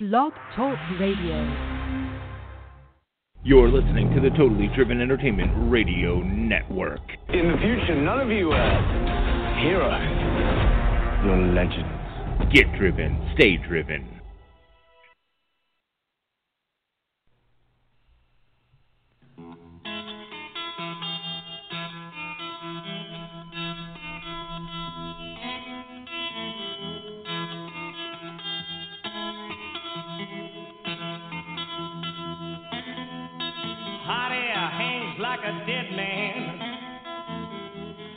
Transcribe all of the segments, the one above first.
Blog Talk Radio. You're listening to the Totally Driven Entertainment Radio Network. In the future, none of you uh, are heroes. You're legends. Get driven, stay driven. Hot air hangs like a dead man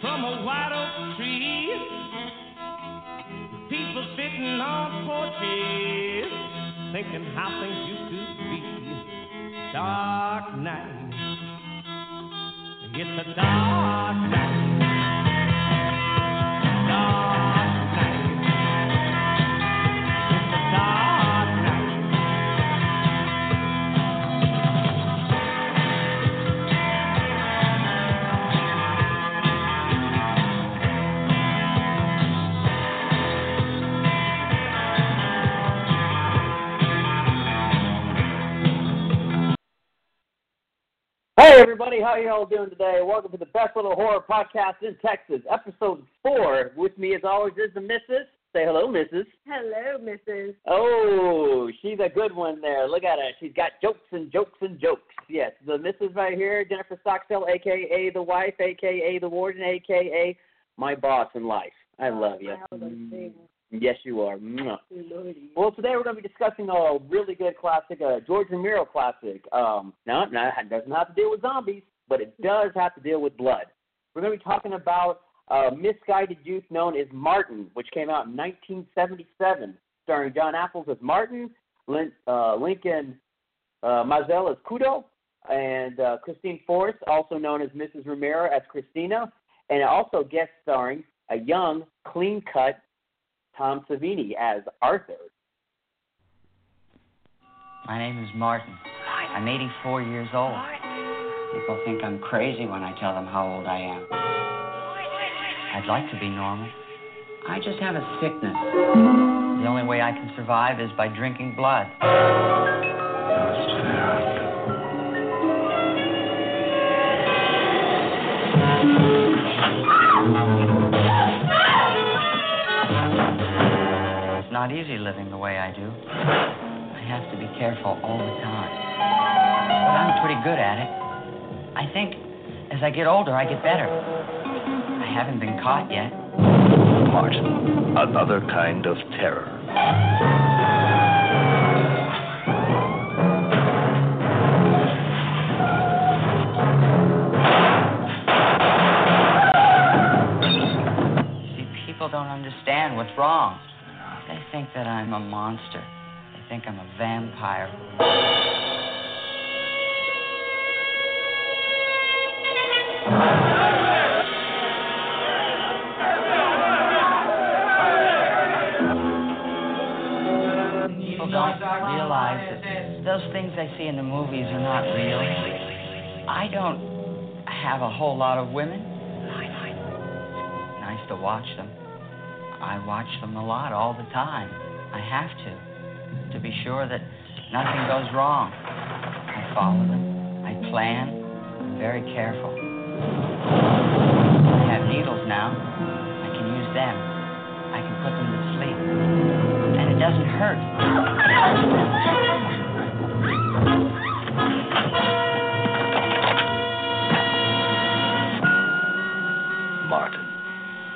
from a wide oak tree. People sitting on porches thinking how things used to be. Dark night. It's a dark night. Dark night. It's a dark night. Hey everybody, how y'all doing today? Welcome to the best little horror podcast in Texas, episode four. With me, as always, is the Mrs. Say hello, Mrs. Hello, Mrs. Oh, she's a good one there. Look at her. She's got jokes and jokes and jokes. Yes, the Mrs. right here, Jennifer Stockdale, aka the wife, aka the warden, aka my boss in life. I love you. All those things. Yes, you are. Mwah. Lordy. Well, today we're going to be discussing a really good classic, a George Romero classic. Um, no, no, it doesn't have to deal with zombies, but it does have to deal with blood. We're going to be talking about a misguided youth known as Martin, which came out in 1977, starring John Apples as Martin, Lin- uh, Lincoln uh, Mazel as Kudo, and uh, Christine Forrest, also known as Mrs. Romero, as Christina, and also guest starring a young, clean-cut Tom Savini as Arthur. My name is Martin. I'm 84 years old. People think I'm crazy when I tell them how old I am. I'd like to be normal. I just have a sickness. The only way I can survive is by drinking blood. It's not easy living the way I do. I have to be careful all the time. But I'm pretty good at it. I think as I get older, I get better. I haven't been caught yet. Martin, another kind of terror. See, people don't understand what's wrong. They think that I'm a monster. They think I'm a vampire. People don't realize that those things they see in the movies are not real. I don't have a whole lot of women. Nice to watch them. I watch them a lot all the time. I have to, to be sure that nothing goes wrong. I follow them. I plan. I'm very careful. I have needles now. I can use them. I can put them to sleep. And it doesn't hurt. Martin,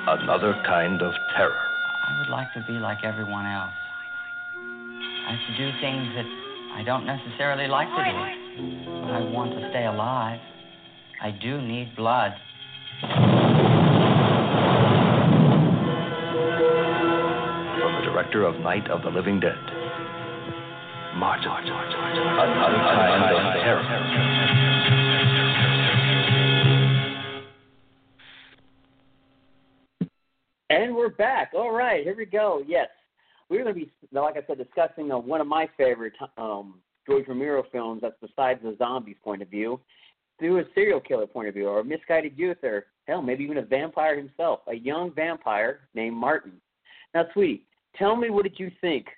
another kind of terror. I would like to be like everyone else. I have to do things that I don't necessarily like to do. But I want to stay alive. I do need blood. From the director of Night of the Living Dead. Martin. Another time on terror. And we're back. All right, here we go. Yes, we're going to be, like I said, discussing uh, one of my favorite um, George Romero films. That's besides the zombies' point of view, through a serial killer point of view, or a misguided youth, or hell, maybe even a vampire himself, a young vampire named Martin. Now, sweetie, tell me what did you think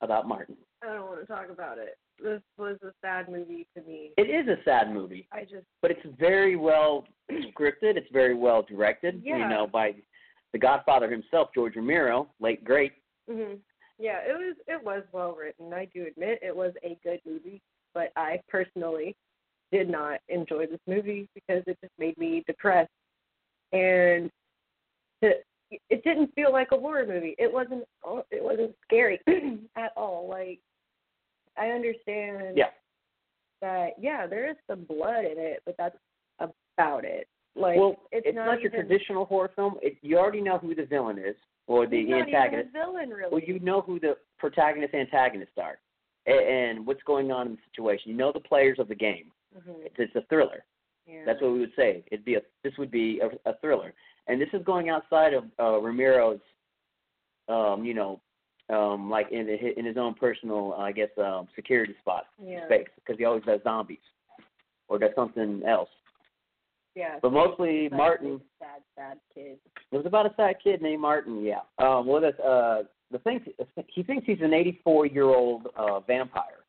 about Martin? I don't want to talk about it. This was a sad movie to me. It is a sad movie. I just. But it's very well scripted. It's very well directed. Yeah. You know, by the Godfather himself, George Romero, late great. hmm Yeah, it was it was well written. I do admit it was a good movie, but I personally did not enjoy this movie because it just made me depressed, and it, it didn't feel like a horror movie. It wasn't it wasn't scary at all. Like I understand Yeah. that yeah, there is some blood in it, but that's about it. Like well, it's, not, your even- traditional horror film. It, you already know who the villain is or the He's not antagonist. even a villain, really. Well, you know who the protagonist antagonists are, and, and what's going on in the situation. You know the players of the game. Mhm. It's, it's a thriller. Yeah. That's what we would say. It'd be a this would be a, a thriller, and this is going outside of uh, Romero's, um, you know, um, like in hi- in his own personal, I guess, um, security spot Yeah. space because he always does zombies or does something else. Yeah. But mostly Martin. Sad, sad kid. It was about a fat kid named Martin. Yeah. Um, well, that's, uh, the thing he thinks he's an 84 year old uh, vampire,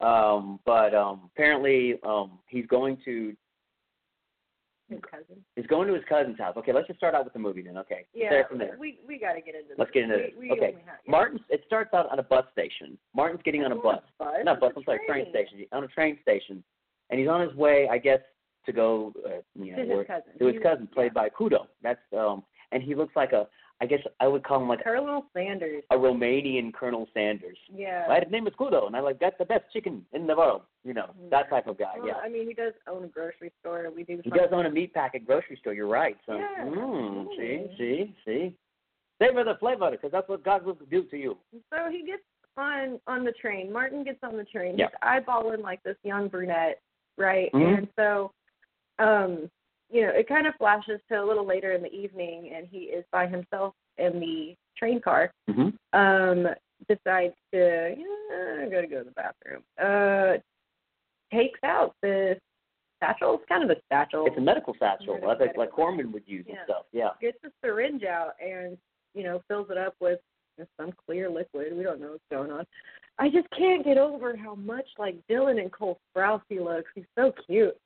um, but um, apparently um, he's going to His cousin. he's going to his cousin's house. Okay, let's just start out with the movie then. Okay. Yeah. There from there. We we gotta get into. Let's this. get into we, this. We okay. Only have, yeah. Martin's. It starts out on a bus station. Martin's getting on a Not bus. bus. Not bus. it's a I'm sorry, train train. station. On a train station, and he's on his way, I guess, to go. Uh, you know, To his where- cousin. To his He- cousin, played yeah. by Kudo. That's um, and he looks like a. I guess I would call him like Colonel Sanders. a Romanian Colonel Sanders. Yeah. My name is Kudo, and I like got the best chicken in the world. You know, that type of guy. Well, yeah. I mean, he does own a grocery store. We do. He does own a meat packet grocery store. You're right. So, Yeah, mm, see, absolutely. see, see. Savor the flavor, because that's what God will do to you. So he gets on on the train. Martin gets on the train. Yeah. He's eyeballing like this young brunette, right? Mhm. And so, um, you know, it kind of flashes to a little later in the evening, and he is by himself in the train car. Mm-hmm. um decides to yeah, I gotta go to the bathroom. Uh takes out this satchel. It's kind of a satchel. It's a medical satchel, Medical- like like, medical. like Corman would use and Yeah. stuff. Yeah. Gets a syringe out and, you know, fills it up with some clear liquid. We don't know what's going on. I just can't get over how much like Dylan and Cole Sprouse he looks. He's so cute.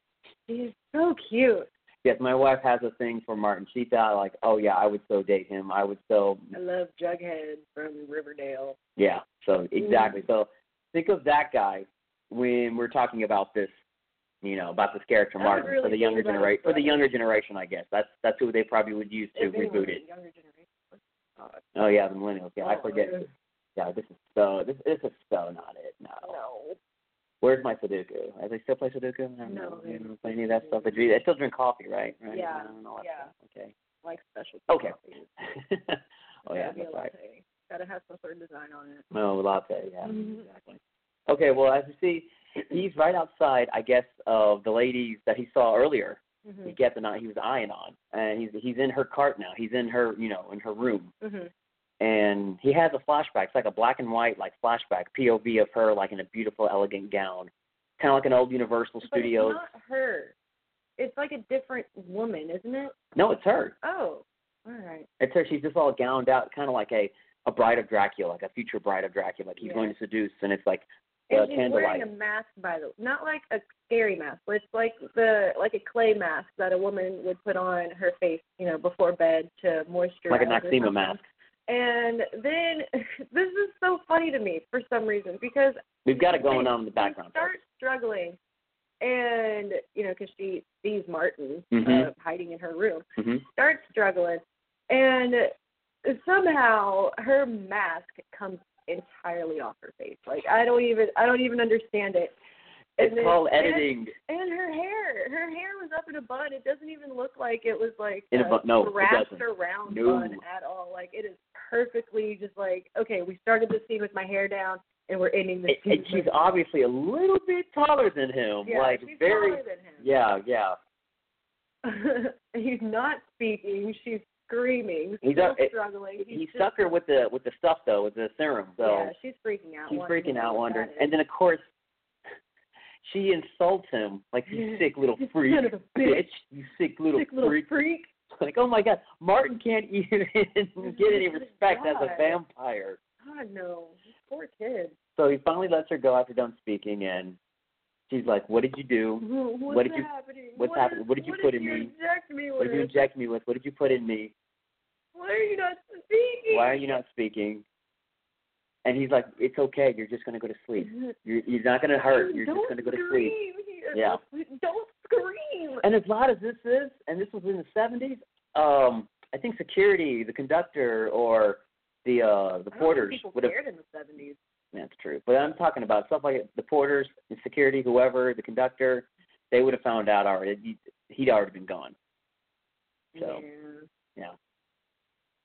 He's so cute. Yes, my wife has a thing for Martin. She thought like, oh yeah, I would so date him. I would so I love Jughead from Riverdale. yeah. Mm. So exactly. So think of that guy when we're talking about this. You know about this character I would Martin for really the younger think about generation. his For the brother. younger generation, I guess that's that's who they probably would use to If anyone reboot in it. the Younger generation. God. Oh yeah, the millennials. Yeah, I forget. Oh, Yeah, this is so. This, this is so not it. No. No. Where's my Sudoku? Are they still play Sudoku? I don't No, know. they They don't don't play any of that stuff. They, drink- they still drink coffee, right? right? Yeah, I don't know what yeah. Okay. Like special. Okay. coffees. oh yeah, that's right. Gotta have some sort of design on it. No latte. Yeah. Mhm. Exactly. Okay. Well, as you see, he's right outside. I guess of the ladies that he saw earlier. Mm-hmm. He gets an eye. He was eyeing on, and he's he's in her cart now. He's in her, you know, in her room. Mm-hmm. and he has a flashback. It's like a black and white like flashback POV of her like in a beautiful elegant gown, kind of like an old Universal Studios. But it's not her. It's like a different woman, isn't it? no, it's her. Oh, all right. It's her. She's just all gowned out, kind of like a a bride of Dracula, like a future bride of Dracula. Like he's Yeah. going to seduce, and it's like And uh, she's wearing candlelight. a mask, by the not like a scary mask, but it's like the like a clay mask that a woman would put on her face, you know, before bed to moisturize. Like an or Noxema something. mask. And then this is so funny to me for some reason because We've got it going they- on in the background. They start struggling, and you know, because she sees Martin Mhm. uh, hiding in her room, hmm starts struggling, and somehow her mask comes entirely off her face. Like I don't even I don't even understand it. And It's then- called and- editing. And, her hair, her hair was up in a bun. It doesn't even look like it was like In a bun- no, it wrapped doesn't. around No. bun at all. Like it is perfectly just like okay. We started the scene with my hair down. and we're ending this. And she's obviously a little bit taller than him. Yeah, like she's very taller than him. Yeah, yeah. he's not speaking. She's screaming. He's still up- it- struggling. He's He just- stuck her with the with the stuff though, with the serum. So yeah, she's freaking out. she's wondering freaking out, what wondering. that is. And then of course, she insults him like you sick little You freak, son of a bitch. you sick little Sick little freak. freak. Like oh my god, Martin can't even get any respect as a God. vampire. God no, This poor kid. So he finally lets her go after done speaking, and she's like, "What did you do? What's What did you- happening? what's What happening? is- What did you put in me? inject me What did you with? inject me with? What did you put in me? Why are you not speaking? Why are you not speaking?" And he's like, "It's okay. You're just gonna go to sleep. You're, you're not gonna hurt. You're Mm-hmm. Don't just gonna go to sleep." scream. He- Yeah. Don't scream. And as loud as this is, and this was in the seventies, um, I think security, the conductor, or the uh, the I don't think porters people would have. cared in the 70s. That's true. But I'm talking about stuff like the porters, the security, whoever, the conductor. They would have found out already. He'd- He'd already been gone. So yeah.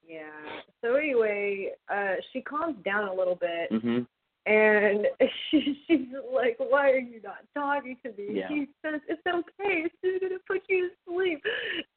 Yeah. So anyway, uh, she calms down a little bit, Mhm. and she, she's like, "Why are you not talking to me?" Yeah. She says, "It's okay. It's just gonna put you to sleep."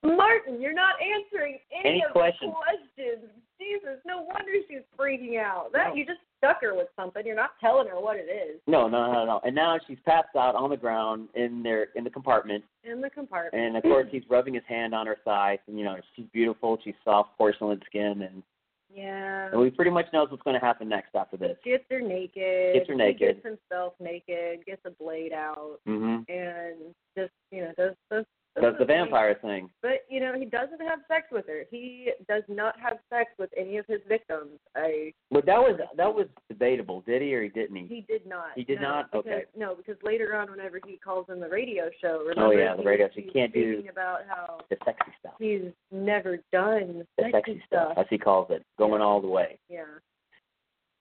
Martin, you're not answering any, Any of questions. the questions. Jesus, no wonder she's freaking out. That No. you just stuck her with something. You're not telling her what it is No, no, no, no. And now she's passed out on the ground in their in the compartment. in the compartment. And of course, he's rubbing his hand on her thighs. And you know, she's beautiful. She's soft porcelain skin, and, yeah. and we pretty much knows what's going to happen next after this. gets her naked. Gets her naked. He gets himself naked. Gets a blade out. Mhm. And just you know does does Does the vampire thing? But you know he doesn't have sex with her. He does not have sex with any of his victims. I But that was that was debatable. Did he or he didn't he? he did not. He did no, not? Because, Okay. No, because later on, whenever he calls in the radio show, remember? Oh yeah, the he- radio. She he's can't do speaking about how the sexy stuff. he's never done The sexy, sexy stuff, as he calls it, going all the way. Yeah.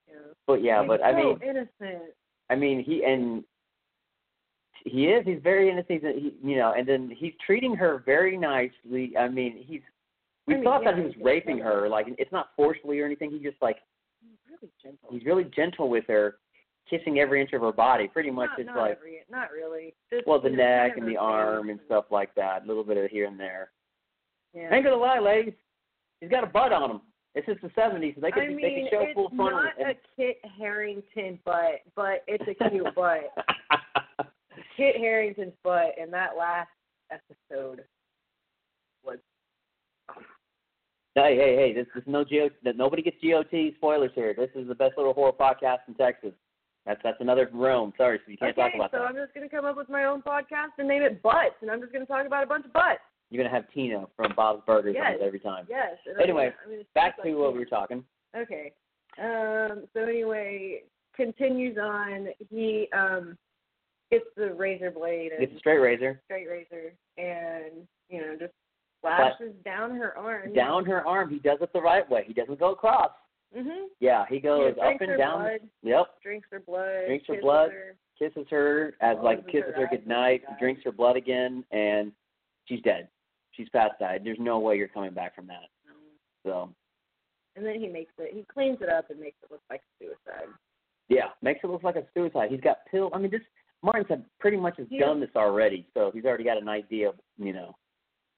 Yeah. But yeah, He's but so I mean, innocent. I mean, he and he is. He's very innocent. He, you know, and then he's treating her very nicely. I mean, he's. We I mean, thought yeah, that he was he's raping so- her. Like it's not forcefully or anything. He just like Really gentle. he's really gentle with her, kissing every inch of her body. Pretty much, not, it's not like every- not really. Just, well, the you know, kind neck of and her the face. arm and stuff like that. A little bit of here and there. Yeah. I ain't gonna lie, ladies. He's got a butt on him. It's just the '70s, so they could I be- mean, they could show it's full frontal. not and- a Kit Harrington butt, but it's a cute butt. Kit Harrington's butt in that last episode was Hey, hey, hey! This is no G O that Nobody gets GOT spoilers here. This is the best little horror podcast in Texas. That's that's another realm. Sorry, so you can't okay. talk about so that. I'm just gonna come up with my own podcast and name it Butts, and I'm just gonna talk about a bunch of butts. You're gonna have Tina from Bob's Burgers on Yes. it every time. Yes. and I'm Anyway, gonna- I'm gonna Back speak to like what Kit. we were talking. Okay. Um, so anyway, continues on. He um gets the razor blade and It's a straight razor straight razor and you know just slashes down her arm. down her arm. He does it the right way. He doesn't go across. Mhm. Yeah, he goes Yeah, up drinks and her down. blood. Yep, Drinks her blood. Drinks her kisses blood. her. kisses her as like Closes kisses her her eyes good night, and dies. drinks her blood again, and she's dead. She's passed out. There's no way you're coming back from that. So And then he makes it. He cleans it up and makes it look like suicide. yeah, makes it look like a suicide. He's got pill. I mean, this Martin said pretty much has Yeah. done this already, so he's already got an idea. of, You know,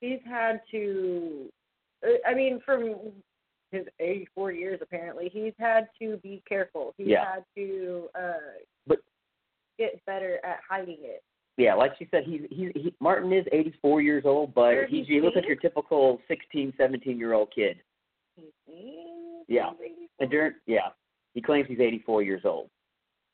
He's had to. uh, I mean, from his 84 years apparently, he's had to be careful. He's Yeah. had to uh But- get better at hiding it. yeah, like she said, he's he's he, Martin is 84 years old, but Sure, he's he's he looks like clean. your typical 16, 17 year old kid. Yeah. And during yeah, he claims he's 84 years old.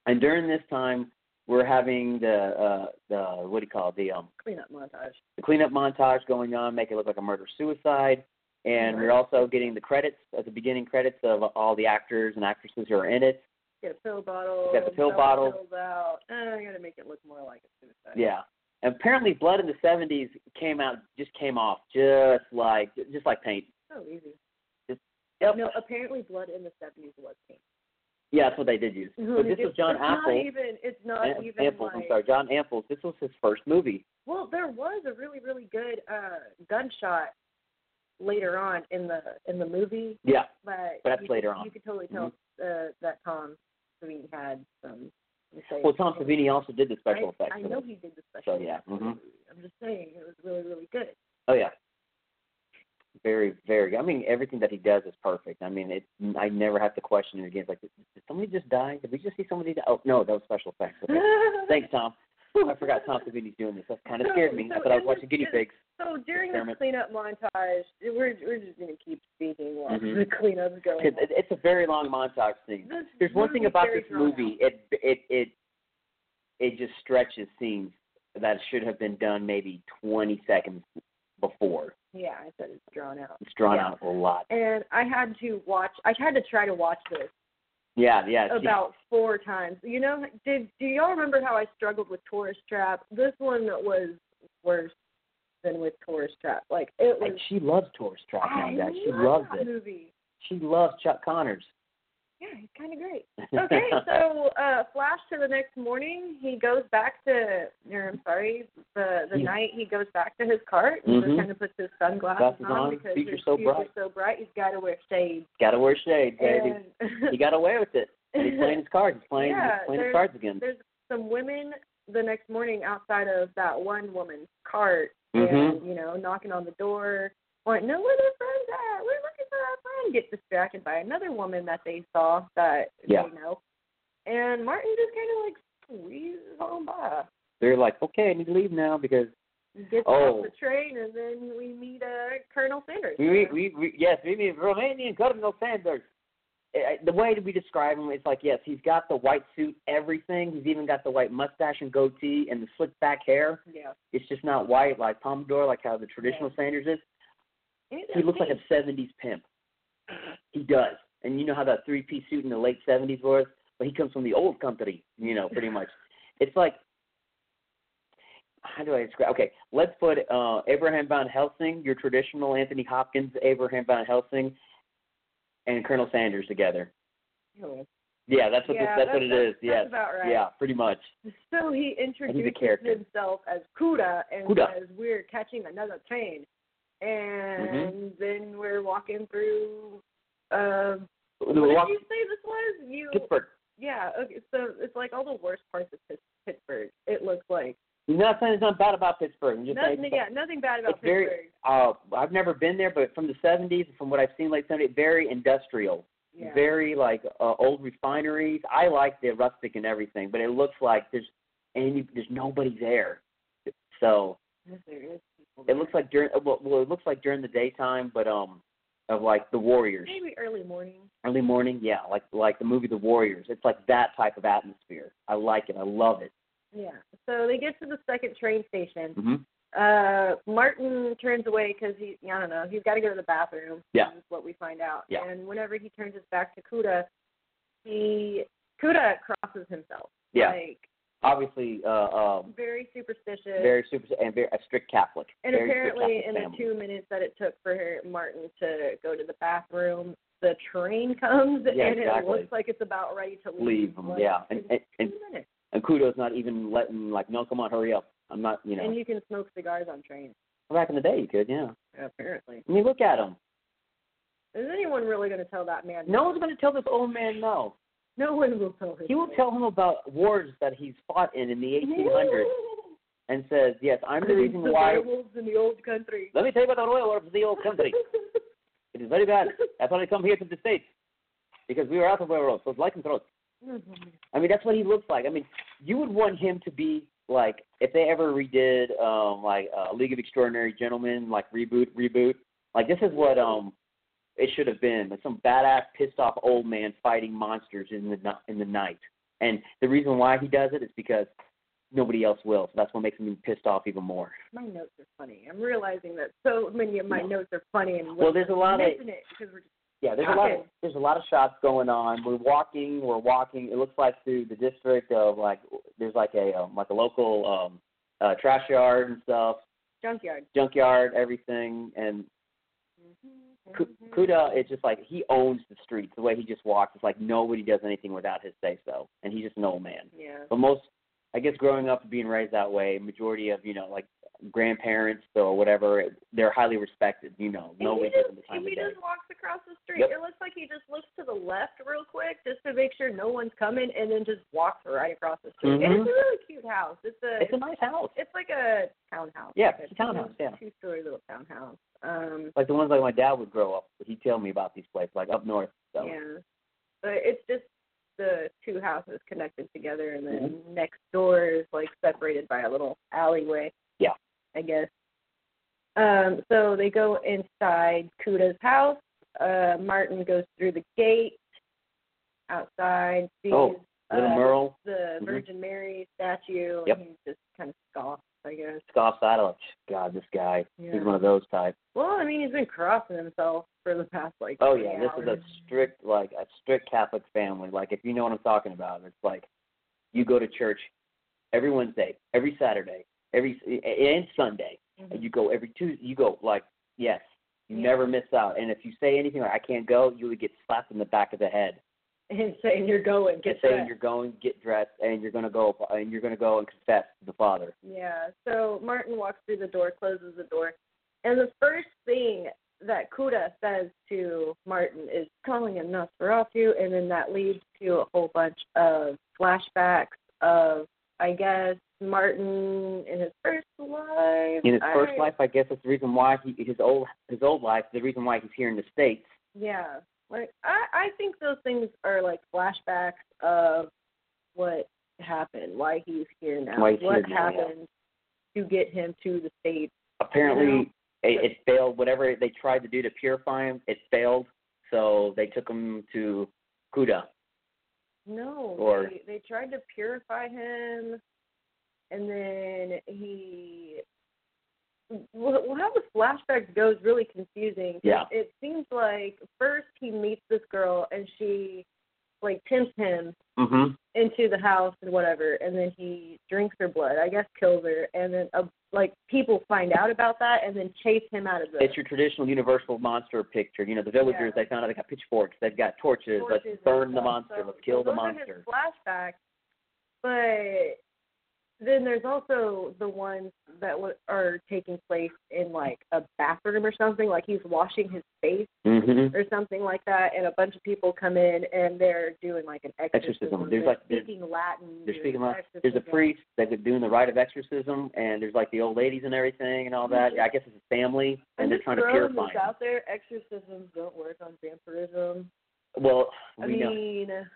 And during this time, we're having the uh the what do you call it the um Clean up montage. the cleanup montage going on, make it look like a murder suicide. And we're also getting the credits at the beginning credits of all the actors and actresses who are in it. Got a pill bottle. Got the pill double bottle. pills out. Uh, I gotta make it look more like a suicide. Yeah. And apparently, blood in the '70s came out just came off just like just like paint. So easy. Yep. No, uh, apparently blood in the 70s was pink. Yeah, that's what they did use. But this was John it's Not Apple. even, it's not Am- even Amples, I'm like- sorry, John Amples. This was his first movie. Well, there was a really, really good uh gunshot later on in the in the movie, Yeah, but But that's you could, later on. Mm-hmm. You could totally tell uh, that Tom we had some. we say- Well, Tom Savini also did the special I, effects. I for know this. he did the special. So yeah. hmm I'm just saying it was really, really good. Oh yeah. Very, very. good. I mean, everything that he does is perfect. I mean, it. I never have to question it again. It's like, did did somebody just die? Did we just see somebody die? Oh no, that was special effects. Okay. Thanks, Tom. I forgot Tom Savini's doing this. That kind of So- scared me. I so thought I was in watching this- guinea in- pigs. So during the Experiment. cleanup montage, we're we're just gonna keep speaking while Mhm. the cleanup's going. It- it- It's a very long montage scene. This There's one thing movie's about very this drawn movie. It it it it just stretches scenes that should have been done maybe 20 seconds before. out. Yeah, I said it's drawn out. It's drawn Yeah. out a lot. And I had to watch. I had to try to watch this Yeah, yeah. she- about four times. You know, did do y'all remember how I struggled with Tourist Trap? This one was worse than with Tourist Trap. Like it was. like she loves tourist trap now, I guys. She love loves that it. movie. She loves Chuck Connors. Yeah, he's kind of great. Okay, so uh flash to the next morning, he goes back to or I'm sorry, the the Yeah. night he goes back to his cart and Mhm. just kind of puts his sunglasses Glasses on, because future's his so future's bright. so bright, he's got to wear shades. Gotta wear shades, baby. And he got away with it. And he's playing his cards. He's playing yeah, he's playing his there's- cards again. There's some women the next morning outside of that one woman's cart Mhm. and, you know, knocking on the door, wanting to know where their friends at. We're looking for our friend. Get distracted by another woman that they saw that Yeah. they know. And Martin just kind of like squeezes on by. They're like, Okay, I need to leave now because Gets Oh. off the train and then we meet uh, Colonel Sanders. we we, we yes, we mean Romanian Cardinal Sanders. I- I- The way that we describe him, it's like yes, he's got the white suit, everything. He's even got the white mustache and goatee and the slicked back hair. yeah. It's just not white like Pomodoro, like how the traditional Sanders is. He looks like a '70s pimp. He does, and you know how that three-piece suit in the late '70s was, but he comes from the old country, you know, pretty much. It's like, how do I describe? Okay, let's put uh, Abraham Van Helsing, your traditional Anthony Hopkins, Abraham Van Helsing, and Colonel Sanders together. Yeah, that's what Yeah, this, that's, what it that's- is. that's Yes, about right. yeah, pretty much. So he introduces character. himself as Kuda and Kuda. says, We're catching another train. Mm-hmm. And then we're walking through. Uh, what We're did walking- you say this was? You Pittsburgh. yeah. Okay, so it's like all the worst parts of Pitts- Pittsburgh. It looks like You're not saying it's not bad about Pittsburgh. I'm just saying nothing. it's- Yeah, nothing bad about it's very Pittsburgh. uh I've never been there, but from the seventies, from what I've seen late seventies, very industrial, Yeah. very like uh, old refineries. I like the rustic and everything, but it looks like there's any there's nobody there. So Yes, there is people it looks there. like during well, well it looks like during the daytime, but um of like the Warriors maybe early morning. early morning, yeah, like like the movie The Warriors. It's like that type of atmosphere. I like it. I love it. Yeah. So they get to the second train station. hmm uh Martin turns away because he I don't know he's got to go to the bathroom. Yeah. is what we find out. Yeah. And whenever he turns his back to Kuda, he Kuda crosses himself. Yeah, Like obviously, uh, um, very superstitious. very super and very a strict Catholic. and very strict apparently, Catholic in the family. two minutes that it took for Martin to go to the bathroom, the train comes Yeah, and exactly. it looks like it's about ready to leave. leave them. Like, yeah, and in and and, two minutes. and Kudo's not even letting like, no, come on, hurry up. I'm not, you know. And you can smoke cigars on trains. back in the day, you could, yeah. Apparently, I mean, look at him. is anyone really going to tell that man? No one's going to tell this old man no. No one will tell him. He will tell him about wars that he's fought in in the 1800s and says, yes, I'm the reason why. werewolves in the old country. Let me tell you about the royal war of the old country. It is very bad. That's why I come here to the states because we were out of railroads. So it's lycanthrope. Mm-hmm. I mean, that's what he looks like. I mean, you would want him to be like if they ever redid um like uh, League of Extraordinary Gentlemen, like reboot, reboot. Like this is what um it should have been, like some badass, pissed off old man fighting monsters in the ni- in the night. And the reason why he does it is because nobody else will. So that's what makes him pissed off even more. my notes are funny. I'm realizing that so many of my notes are funny and Well, there's a lot of- missing it because we're just Yeah, there's a lot. Of, Okay. there's a lot of shots going on. We're walking. We're walking. It looks like through the district of like there's like a um, like a local um uh trash yard and stuff, junkyard. junkyard, everything. And Mm-hmm. Ku- Kuda, it's just like he owns the streets. The way he just walks, it's like nobody does anything without his say so, and he's just an old man. Yeah. But most, I guess, growing up and being raised that way, majority of you know like grandparents or whatever, they're highly respected. You know, no and he one gives just, them the time he of day. just walks across the street. It looks like he just looks to the left real quick just to make sure no one's coming, and then just walks right across the street. And Mhm. it's a really cute house. It's a It's a nice house. It's like a townhouse. Yeah, like it's a townhouse, yeah. Two story little townhouse. Um, Like the ones like my dad would grow up. He'd tell me about these places, like up north. So. Yeah. But it's just the two houses connected together, and then Mm-hmm. next door is like separated by a little alleyway. Yeah. I guess. Um, so they go inside Kuda's house. Uh, Martin goes through the gate outside, sees Oh, Little uh, Merle. the Mhm. Virgin Mary statue, Yep. and he just kind of scoffs, I guess. Scoffs at it. Like, God, this guy. Yeah. He's one of those types. Well, I mean, he's been crossing himself for the past like. Oh three yeah, this is a hours. strict like a strict Catholic family. Like if you know what I'm talking about, it's like you go to church every Wednesday, every Saturday, every and Sunday. Mhm. You go every Tuesday. You go like yes, you Yeah. never miss out. And if you say anything like I can't go, you would get slapped in the back of the head. and saying you're going, get saying dressed. you're going, get dressed, and you're gonna go and you're gonna go and confess to the Father. Yeah. So Martin walks through the door, closes the door, and the first thing that Kuda says to Martin is calling him Nosferatu, and then that leads to a whole bunch of flashbacks of, I guess, Martin in his first life. In his first I- life, I guess that's the reason why he his old his old life, the reason why he's here in the states. Yeah. Like I I think those things are like flashbacks of what happened, why he's here now, Why he's what here now, yeah. happened to get him to the states. apparently it, it failed. Whatever they tried to do to purify him, it failed. So they took him to Kuda. No, Or- they, they tried to purify him, and then he. Well, well, how the flashback goes really confusing. 'cause Yeah. It seems like first he meets this girl and she, like, tempts him Mm-hmm. into the house and whatever, and then he drinks her blood. I guess kills her, and then uh, like people find out about that and then chase him out of the. It's your traditional universal monster picture. You know, the villagers they found out they got pitchforks, they've got torches. torches Let's and burn the stuff. monster. So Let's kill the those are his monster. Flashbacks, but then there's also the ones that w- are taking place in like a bathroom or something. Like he's washing his face Mm-hmm. or something like that, and a bunch of people come in and they're doing like an exorcism. Exorcism. There's They're like- there's- speaking Latin. They're doing speaking like there's a exorcism. priest that was doing the rite of exorcism, and there's like the old ladies and everything and all Mm-hmm. that. I guess it's his family, I'm and they're just trying to throwing purify this him. out there. Exorcisms don't work on vampirism. Well, we I know. mean,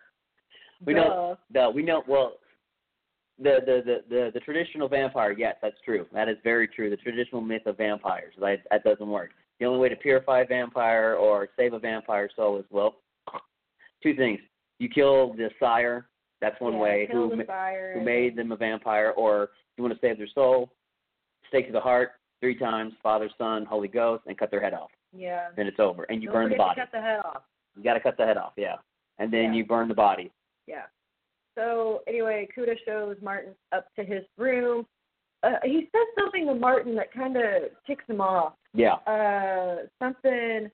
We know no, we know well the the, the the the traditional vampire, yes, that's true. That is very true. The traditional myth of vampires. That that doesn't work. The only way to purify a vampire or save a vampire soul is well two things. You kill the sire, that's one yeah, way, kill who the ma- fire who and- made them a vampire, or you want to save their soul, stake to the heart three times, Father, Son, Holy Ghost, and cut their head off. Yeah. Then it's over. And you Don't burn the forget to body. cut the head off. You gotta cut the head off, yeah. And then Yeah. you burn the body. Yeah. So anyway, Kuda shows Martin up to his room. Uh, he says something to Martin that kind of ticks him off. Yeah. Uh, something.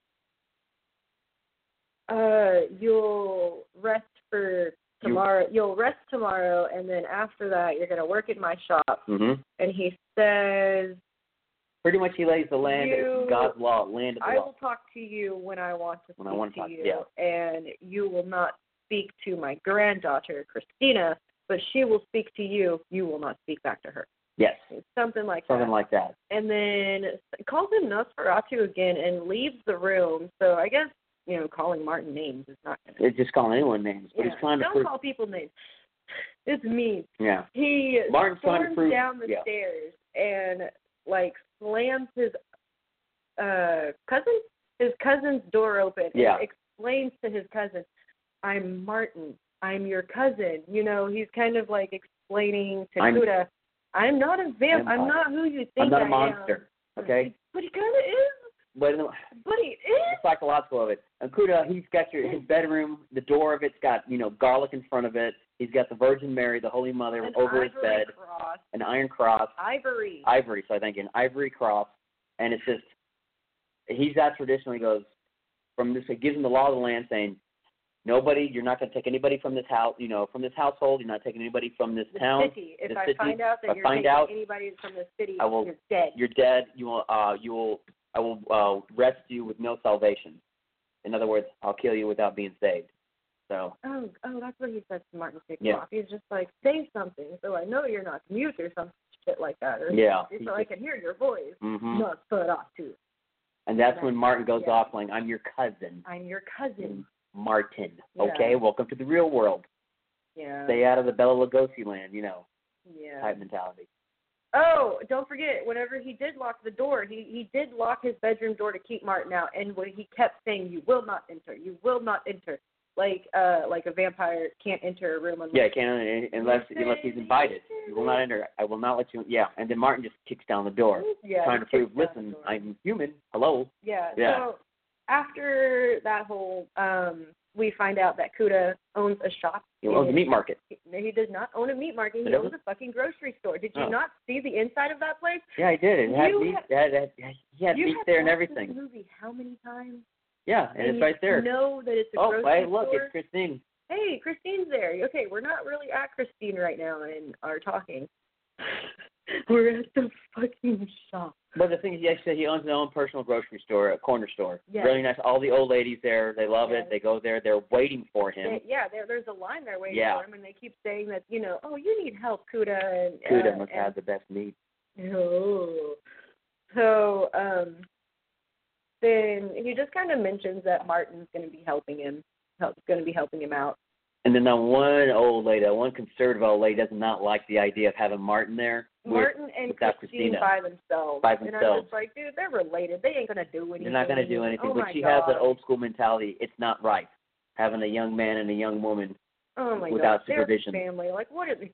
Uh, you'll rest for You- tomorrow. You'll rest tomorrow, and then after that, you're gonna work at my shop. Mhm. And he says, pretty much he lays the land You- at God's law, land of the I law. will talk to you when I want to speak When I want to to, talk- you, yeah. and you will not speak to my granddaughter Christina, but she will speak to you. You will not speak back to her. Yes, Something like something that. like that. and then calls him Nosferatu again and leaves the room. So I guess you know calling Martin names is not. Gonna, It's just calling anyone names, but yeah. he's trying to Don't prove. call people names. It's mean. Yeah, He Martin's trying to storms prove- down the yeah. stairs and like slams his uh cousin his cousin's door open Yeah. and explains to his cousin, I'm Martin. I'm your cousin. You know, he's kind of like explaining to I'm- Kuda, I'm not a vamp Vampire. I'm not who you think I'm not I a monster. am. Okay, But he kinda is. but the, But he the is psychological of it. And Kuda, he's got your his bedroom. The door of it's got you know garlic in front of it. He's got the Virgin Mary, the Holy Mother, an over ivory his bed, cross. an iron cross, Ivory. ivory. So I think an ivory cross, and it's just he's that traditional. He goes from this. It gives him the law of the land, saying nobody. You're not going to take anybody from this house. You know, from this household. You're not taking anybody from this the town. city. If the I city. find out that If I you're find taking out, anybody from the city, I will- you're dead. You're dead. You will. Uh, you will. I will uh, rest you with no salvation. In other words, I'll kill you without being saved. So Oh, oh, that's what he said to Martin Shikloff. Yeah. He's just like, say something, so I know you're not mute or some shit like that, or Yeah. so I can hear your voice. Mhm. Not put off too. and that's when Martin goes Yeah. off like, I'm your cousin, I'm your cousin. Martin. Yeah. Okay, welcome to the real world. Yeah. Stay out of the Bella Lugosi land, you know, yeah. type mentality. Oh, don't forget, whenever he did lock the door, he he did lock his bedroom door to keep Martin out, and when he kept saying, "You will not enter, you will not enter," like uh like a vampire can't enter a room unless Yeah, I can't unless unless he's invited. You will not enter. I will not let you. Yeah, and then Martin just kicks down the door, Yeah, trying he to prove. kicks down the Listen, door. I'm human. Hello. Yeah. Yeah. So after that whole, um, we find out that Kuda owns a shop. He owns a in- meat market. He, he does not own a meat market. He He owns doesn't? a fucking grocery store. Did you Oh. not see the inside of that place? Yeah, I did. It had You meat. have- it had, it had, he had you meat have there and watched everything. This movie how many times? Yeah, and, it's you right there. Know that it's a oh, grocery hey, look, store. it's Christine. Hey, Christine's there. Okay, we're not really at Christine right now and are talking. we're at the fucking shop. But the thing is, he actually he owns his own personal grocery store, a corner store. Yeah. Really nice. All the old ladies there, they love Yeah. it. They go there. They're waiting for him. They- yeah, there, there's a line there waiting Yeah. for him, and they keep saying that you know, oh, you need help, Kuda, and Kuda uh, must and have the best meat. Oh. So um, then he just kind of mentions that Martin's going to be helping him, help, going to be helping him out. And then that one old lady, that one conservative old lady, does not like the idea of having Martin there. with- Martin and without Christine Christina. by themselves. By And I was themselves. like, dude, they're related. They ain't going to do anything. They're not going to do anything. Oh but my she God. has that old school mentality. It's not right having a young man and a young woman. oh my without God. They're supervision. family. Like, what is it?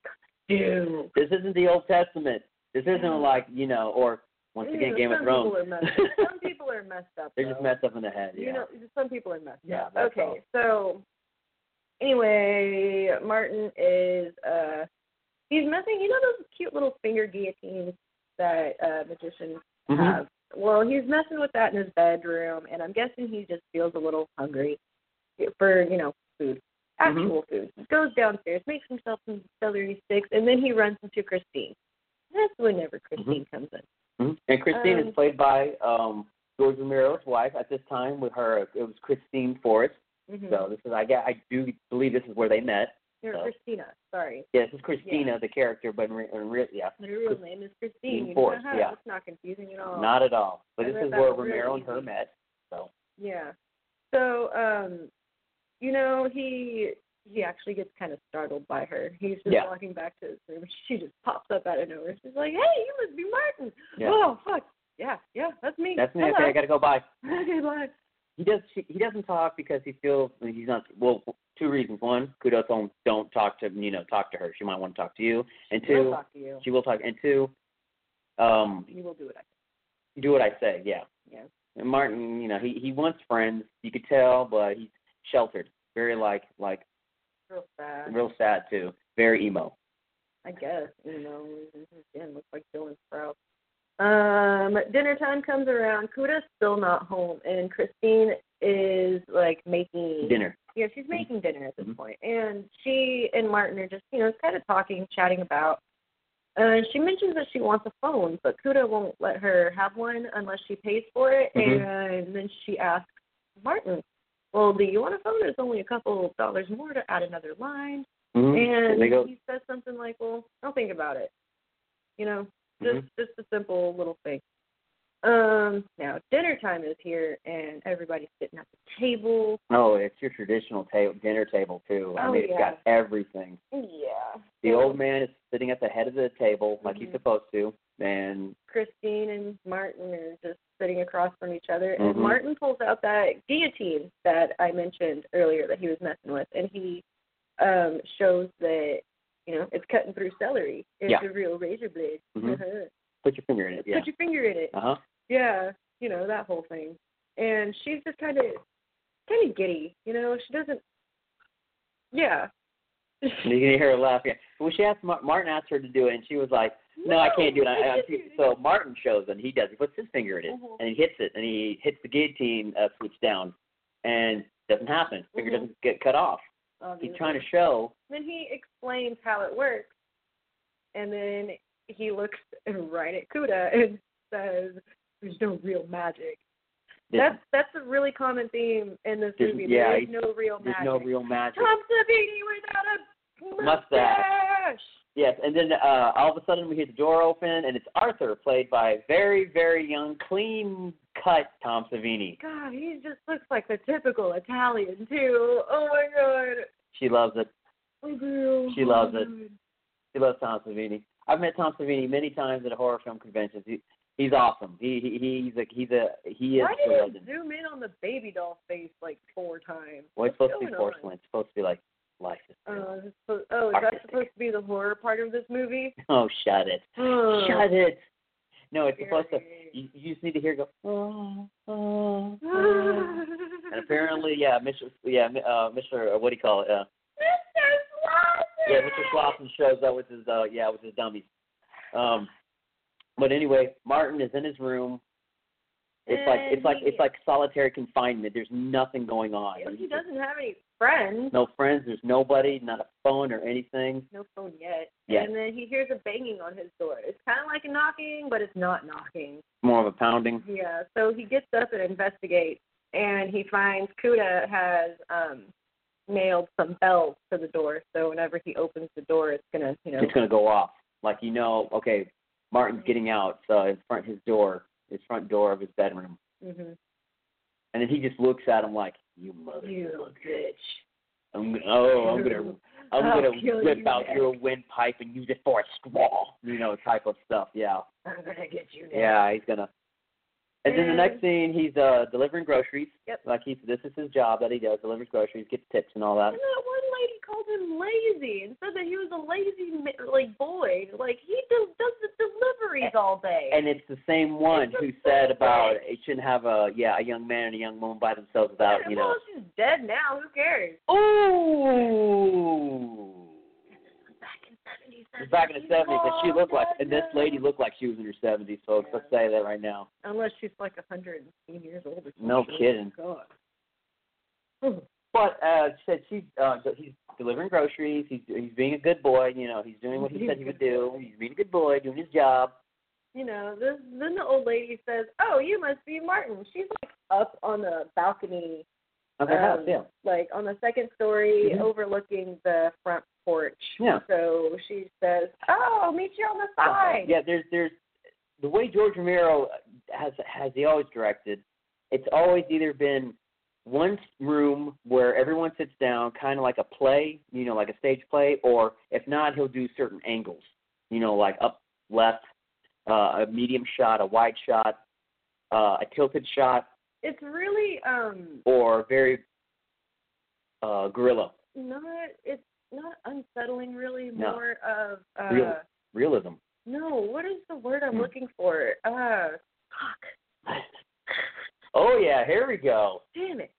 Dude, this isn't the Old Testament. This isn't like you know, or once again, Ew, Game some of Thrones. People are messed up. some people are messed up. They're just though. messed up in the head. Yeah. You know, some people are messed Yeah, up. that's okay, so anyway, Martin is uh he's messing. You know those cute little finger guillotines that uh magicians Mhm. have. Well, he's messing with that in his bedroom, and I'm guessing he just feels a little hungry for you know food, Mm-hmm. actual food. Goes downstairs, makes himself some celery sticks, and then he runs into Christine. That's whenever Mm-hmm. Christine comes in. Mhm. And Christine Um, is played by um George Romero's wife at this time. With her, it was Christine Forrest. Mhm. So this is I got I do believe this is where they met. Or so. Christina, sorry. Yeah, this is Christina, the character, but in, re- in real, yeah, Her real name is Christine. You know, Forrest, huh, yeah. That's not confusing at all. not at all. But oh. I this read is that where really Romero and her easy. met. So Yeah. So, um, you know, he he actually gets kind of startled by her. He's just Yeah. walking back to his room. She just pops up out of nowhere. She's like, "Hey, you must be Martin." Yeah. Oh, fuck. Yeah, yeah, that's me. that's me. Hello. Okay, I gotta go. Bye. Okay, bye. He does. She, he doesn't talk because he feels he's not. Well, two reasons. One, kudos on don't talk to you know talk to her. She might want to talk to you. And She will two, talk to you. she will talk. And two, um, You will do it. do what I say. Yeah. Yeah. And Martin, you know, he he wants friends. You could tell, but he's sheltered. Very like like Real sad. real sad too. Very emo. I guess you know. Again, looks like Dylan Sprout. Um, dinner time comes around. Kuda's still not home, and Christine is like making Dinner. Yeah, she's making dinner at this Mhm. point, and she and Martin are just you know kind of talking, chatting about. Uh, she mentions that she wants a phone, but Kuda won't let her have one unless she pays for it. Mhm. And then she asks Martin, "Well, do you want a phone? It's only a couple dollars more to add another line." Mhm. And they go. he says something like, "Well, don't think about it. You know, just Mm-hmm. just a simple little thing." Um, now dinner time is here, and everybody's sitting at the table. Oh, it's your traditional table, dinner table too. I Oh, mean, it's yeah. got everything. Yeah. The So old man is sitting at the head of the table like he's Mhm. supposed to, and Christine and Martin are just sitting across from each other, and Mhm. Martin pulls out that guillotine that I mentioned earlier that he was messing with, and he um shows that you know it's cutting through celery. It's Yeah. a real razor blade. Mhm. Uh-huh. put your finger in it. Yeah. Put your finger in it. Uh huh. Yeah, you know that whole thing. And she's just kind of kind of giddy, you know. She doesn't. Yeah. You can hear her laugh. Yeah. Well, she asked Mar- Martin asked her to do it, and she was like, "No, I can't do it." I, I, so Martin shows, and he does. He puts his finger in it, Mhm. and he hits it, and he hits the guillotine uh, switch down, and doesn't happen. Finger Mhm. doesn't get cut off. He's obviously. trying to show. Then he explains how it works, and then he looks right at Kuda and says, "There's no real magic." That's that's a really common theme in this There's- movie. yeah, there is it- no real There's magic. no real magic. Tom Savini without a Mustache. mustache. Yes, and then uh, all of a sudden we hear the door open, and it's Arthur, played by very, very young, clean cut Tom Savini. God, he just looks like the typical Italian too. Oh my God. She loves it. Oh, girl. She loves it. Oh, God. She loves Tom Savini. I've met Tom Savini many times at horror film conventions. He, he's awesome. He, he he's a he's a he is Why the did legend. he zoom in on the baby doll face like four times? Well, it's What's supposed to be going on? porcelain. It's supposed to be like life is. Uh, is it supposed- oh, is that Artistic. supposed to be the horror part of this movie? Oh, shut it! Ugh. Shut it! No, it's supposed to. Scary. You, you just need to hear it go. Oh, oh, oh. and Mr. apparently, yeah, Mr. Yeah, uh, Mr. uh, What do you call it? Uh, Slaughter! yeah, Mr. Slauson shows up with his uh, yeah with his dummies. Um, but anyway, Martin is in his room. It's like it's like it's like solitary confinement. There's nothing going on. But he doesn't have any friends. No friends. There's nobody. Not a phone or anything. No phone yet. Yeah. And then he hears a banging on his door. It's kind of like a knocking, but it's not knocking. More of a pounding. Yeah. So he gets up and investigates, and he finds Kuda has um nailed some bells to the door. So whenever he opens the door, it's gonna, you know, It's gonna go off. Like you know, okay, Martin's getting out. So in front his door, his front door of his bedroom, mm-hmm. and then he just looks at him like, "You mother, you bitch. I'm gonna, oh, I'm gonna I'm I'll gonna kill rip you out next. your windpipe and use it for a squall, you know, type of stuff. Yeah, I'm gonna get you. Next. yeah, he's gonna. And then the And- next scene, he's uh delivering groceries. Yep. Like he's this is his job that he does, delivers groceries, gets tips and all that. And that one lady called him lazy and said that he was a lazy ma- like boy. Like he do, does the deliveries all day. And it's the same one It's the who said same about one. it shouldn't have a yeah a young man and a young woman by themselves without Yeah, you know. Oh. Well, she's dead now. Who cares? Ooh. Back in It was '77. back in the seventies, and she looked like, Oh, and this no. lady looked like she was in her seventies, folks. Let's say that right now. Unless she's like 110 years old. Or some No shit. kidding. God. But uh, she said she's uh, he's delivering groceries. He's he's being a good boy. You know, he's doing what he said he would do. He's being a good boy, doing his job. You know, this, then the old lady says, "Oh, you must be Martin." She's like up on the balcony, Of their house, um, yeah. like on the second story, Mhm. overlooking the front porch. Yeah. Uh-huh. So she says, "Oh, meet you on the side." Yeah, there's there's the way George Romero has has he always directed. It's always either been one room where everyone sits down, kind of like a play, you know, like a stage play, or if not, he'll do certain angles, you know, like up, left, uh, a medium shot, a wide shot, uh, a tilted shot, It's really um or very uh, guerrilla not. It's not unsettling, really. No. More of uh, Real- realism. no. What is the word I'm Hmm. looking for? Uh, fuck. oh yeah, here we go. Damn it.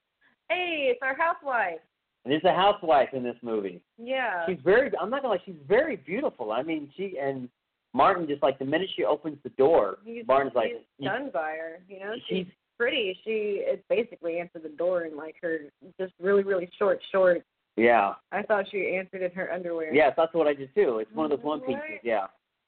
Hey, it's our housewife. There's a housewife in this movie. Yeah. She's very I'm not gonna lie, she's very beautiful. I mean she and Martin just like the minute she opens the door, he's, Martin's like he's done by her, you know? She's she's pretty. She is basically answered the door in like her just really, really short shorts. yeah. I thought she answered in her underwear. Yes, that's what I just do. It's one of those one Right. pieces, yeah.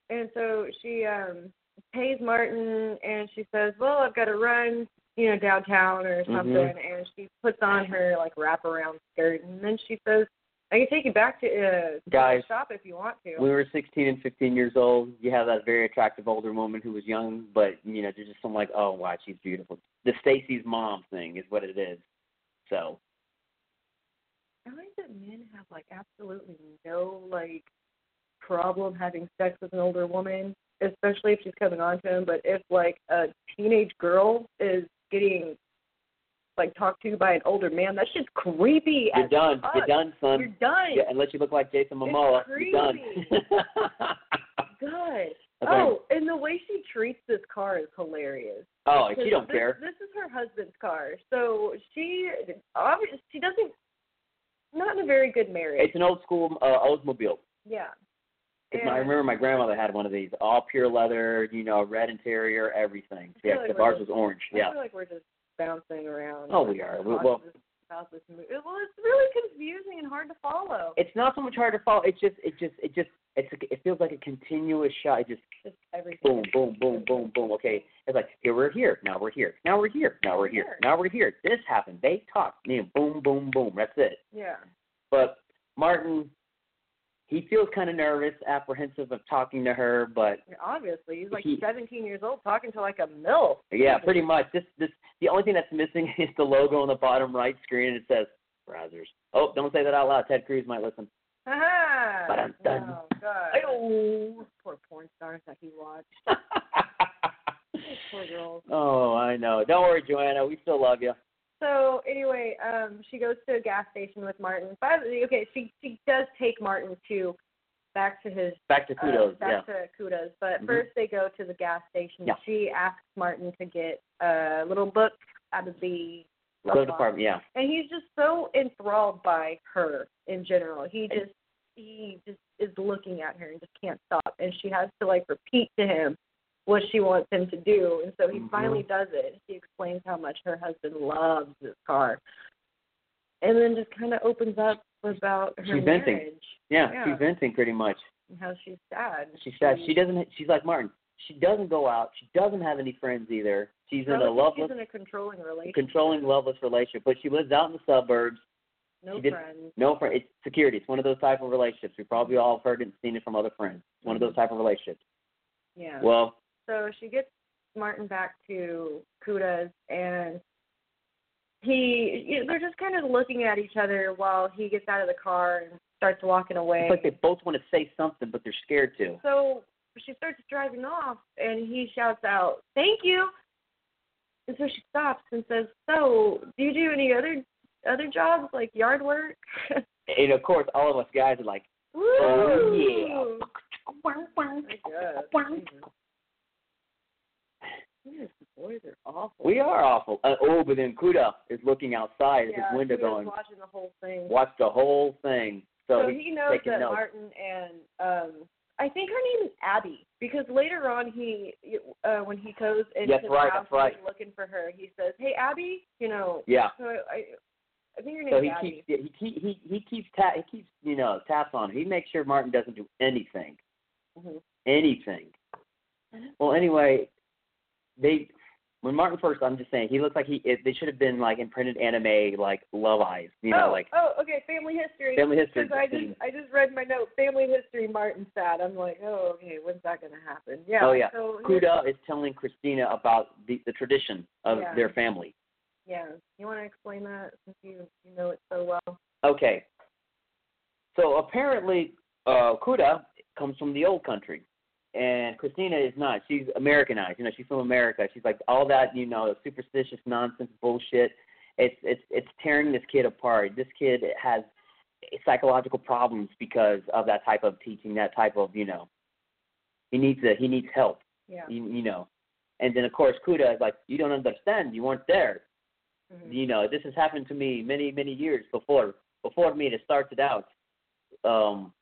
And so she um pays Martin and she says, Well, I've gotta run, you know, downtown or Mm-hmm. something and she puts on her like wraparound skirt and then she says, I can take you back to uh to the Guys, shop if you want to. When we were sixteen and fifteen years old, you have that very attractive older woman who was young, but you know, there's just some like, Oh wow, she's beautiful. The Stacy's mom thing is what it is. So I like that men have like absolutely no like problem having sex with an older woman, especially if she's coming on to him. But if like a teenage girl is getting like talked to by an older man, that shit's creepy. you're as done. fuck. You're done, son. You're done. Yeah, unless you look like Jason Momoa, you're done. creepy. God. That's Oh, and the way she treats this car is hilarious. all right. oh, she Because don't care. This, this is her husband's car, so she obviously she doesn't not in a very good marriage. It's an old school uh, Oldsmobile. yeah. 'Cause my- I And- remember my grandmother had one of these, all pure leather, you know, red interior, everything. I feel Yeah, like except we're ours was just- orange. I Yeah, feel like we're just bouncing around. Oh, we are. We- Across well- this- across this mo- well, it's really confusing and hard to follow. it's not so much hard to follow. It's just, it just, it just, It's it feels like a continuous shot. It just everything. boom, boom, boom, boom, boom. Okay, it's like here we're here, now we're here, now we're here, now we're here, now we're here. This happened. They talked. Man, boom, boom, boom. That's it. Yeah. But Martin, he feels kind of nervous, apprehensive of talking to her. But Obviously, he's like He- 17 years old, talking to like a milf. yeah, pretty much. This this the only thing that's missing is the logo on the bottom right screen. It says browsers. Oh, don't say that out loud. Ted Cruz might listen. Aha! But I'm done. Oh God. Ayo. Poor porn stars that he watched. Poor girls. Oh, I know. Don't worry, Joanna. We still love you. So anyway, um, she goes to a gas station with Martin. By the way, okay, she she does take Martin to back to his Back to uh, kudos. yeah. back to Kudos. But Mhm. first they go to the gas station. Yeah. She asks Martin to get a little book out of the Glove department. Yeah. and he's just so enthralled by her in general. He just he just is looking at her and just can't stop. And she has to like repeat to him what she wants him to do. And so he Mm-hmm. finally does it. He explains how much her husband loves this car, and then just kind of opens up about her She's marriage venting. Yeah, Yeah. She's venting pretty much. and how she's sad. She said she doesn't. She's like Martin. She doesn't go out. She doesn't have any friends either. She's in a Probably loveless, She's in a controlling relationship. controlling, loveless relationship. But she lives out in the suburbs. no she did- friends. No friend. It's security. It's one of those type of relationships. We probably all have heard it and seen it from other friends. It's One of those type of relationships. Yeah. Well, So she gets Martin back to Kuda's, and he you know, they're just kind of looking at each other while he gets out of the car and starts walking away. it's like they both want to say something, but they're scared to. so she starts driving off, and he shouts out, "Thank you!" And so she stops and says, "So, do you do any other other jobs like yard work?" And of course, all of us guys are like, Woo! Oh, yeah. My God. Jesus, the boys are awful. we are awful. Uh, oh, but then Kuda is looking outside at Yeah, his window, Kuda's going, watching the whole thing. watch the whole thing. So, So he's he knows taking that notes. Martin and um I think her name is Abby because later on he uh when he goes into That's the right, house that's right. he's looking for her, he says, "Hey Abby, you know." Yeah. So I I think her name So is he Abby. keeps yeah, he keep, he he keeps ta- he keeps you know taps on. Him. He makes sure Martin doesn't do anything, Mhm. anything. Mm-hmm. Well, anyway, they when Martin first, I'm just saying he looks like he it, they should have been like imprinted anime like Love Eyes, you know, oh, like oh, okay, family history. Family history. Because I just I just read my note, family history. Martin sad. I'm like, oh, okay, when's that gonna happen? Yeah. oh yeah. So he- Kuda is telling Christina about the the tradition of Yeah. their family. Yeah. You want to explain that since you you know it so well? Okay. So apparently, uh, Kuda comes from the old country, and Christina is not. She's Americanized. You know, she's from America. She's like all that, you know, superstitious nonsense bullshit. It's it's it's tearing this kid apart. This kid has psychological problems because of that type of teaching, that type of, you know, he needs a, he needs help Yeah. you, you know. And then of course Kuda is like, you don't understand, you weren't there. Mhm. You know, this has happened to me many many years before. Before me, it started out. Um,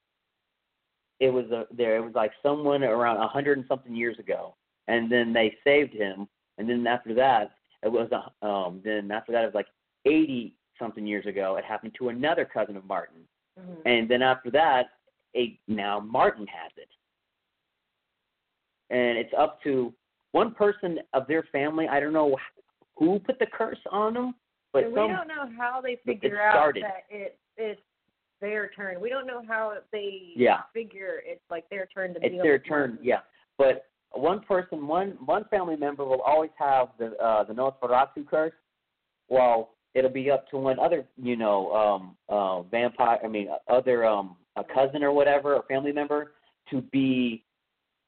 it was a, there. It was like someone around a hundred and something years ago, and then they saved him. And then after that, it was a, um. Then after that, it was like eighty something years ago. It happened to another cousin of Martin, Mhm. and then after that, a now Martin has it and it's up to one person of their family. I don't know who put the curse on them, but and some we don't know how they but it figure out started. that it it's their turn. We don't know how they Yeah. figure it's like their turn to it's deal their with turn. Martin. Yeah, but one person, one one family member will always have the uh, the Nosferatu curse, while it'll be up to one other, you know, um, uh, vampire. I mean, other um, a cousin or whatever, a family member, to be